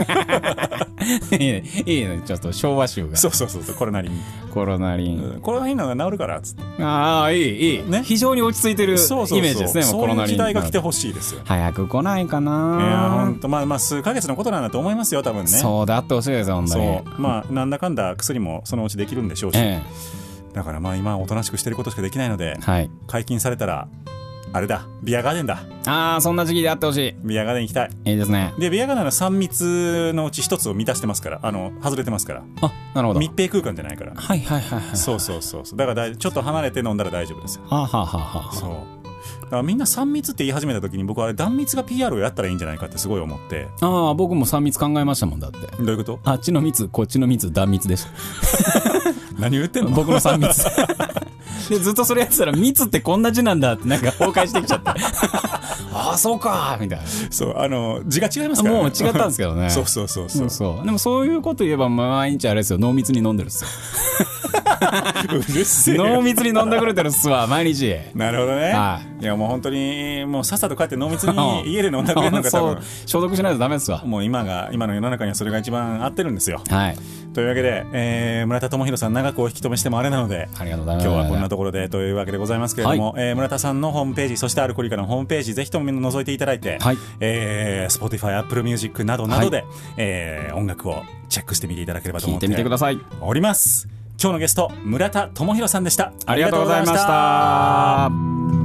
C: ねいいねちょっと昭和集が
B: そうそうそうそうコロナリン、
C: コロナリン
B: うんコロナリンの方が治るからっつって
C: ああいいいい
B: ね
C: 非常に落ち着いてるイメ
B: そうそうそう
C: ージですねもう
B: そ
C: コ
B: う
C: ロ
B: い
C: ナ
B: う
C: リン
B: 時代が来てほしいですよ
C: 早く来ないか
B: いや
C: な
B: 本当まあまあ数ヶ月のことなんだと思いますよ多分ね
C: そうだってほしいです本当に
B: そうまあなんだかんだ薬もそのうちできるんでしょうし、
C: え
B: だからまあ今はおとなしくしてることしかできないので
C: えはい
B: 解禁されたらあれだビアガーデンだ
C: ああそんな時期であってほしい
B: ビアガーデン行きたい
C: いいですね
B: でビアガーデンは3密のうち1つを満たしてますからあの外れてますから
C: あなるほど
B: 密閉空間じゃないから
C: はいはいはいはい
B: そうそうそうそうだからだちょっと離れて飲んだら大丈夫ですよ
C: はあはあはあはあ
B: そうだからみんな3密って言い始めた時に僕はあれ断密が PR をやったらいいんじゃないかってすごい思って
C: ああ、僕も3密考えましたもんだって。
B: どういうこと
C: あっちの密、こっちの密、断密でした。
B: 何言ってんの
C: 僕の3密。 で、ずっとそれやってたら、密ってこんな字なんだって、なんか崩壊してきちゃ って。ああ、そうかみたいな。
B: そうあの字が違いますから、ね、
C: もう違ったんですけどね
B: そうそうそうそう、
C: そうそう。でもそういうこと言えば、毎日あれですよ、濃密に飲んでるっすよ。
B: うるせえ
C: 濃密に飲んでくれてるっすわ、毎日。
B: なるほどね、、
C: はい
B: やもう本当にもうさっさと帰って濃密
C: うん
B: に家で飲んだくれるのが多
C: そう
B: 分、
C: 消毒しないとダメっすわ。
B: もう今が今の世の中にはそれが一番合ってるんですよ
C: はい。
B: というわけで、えー村田智弘さん長くお引き止めしてもあれなので
C: ありがとうございま
B: 今
C: す。
B: 日はこんなところでというわけでございますけれども、えー村田さんのホームページそしてアルコリカのホームページぜひとも覗いていただいて、
C: はい
B: えー、Spotify、Apple Music などなどで、
C: は
B: えー音楽をチェックしてみていただければと
C: 聞
B: 思
C: い
B: ってて
C: みてください。
B: おります今日のゲスト村田智弘さんでした
C: ありがとうございました。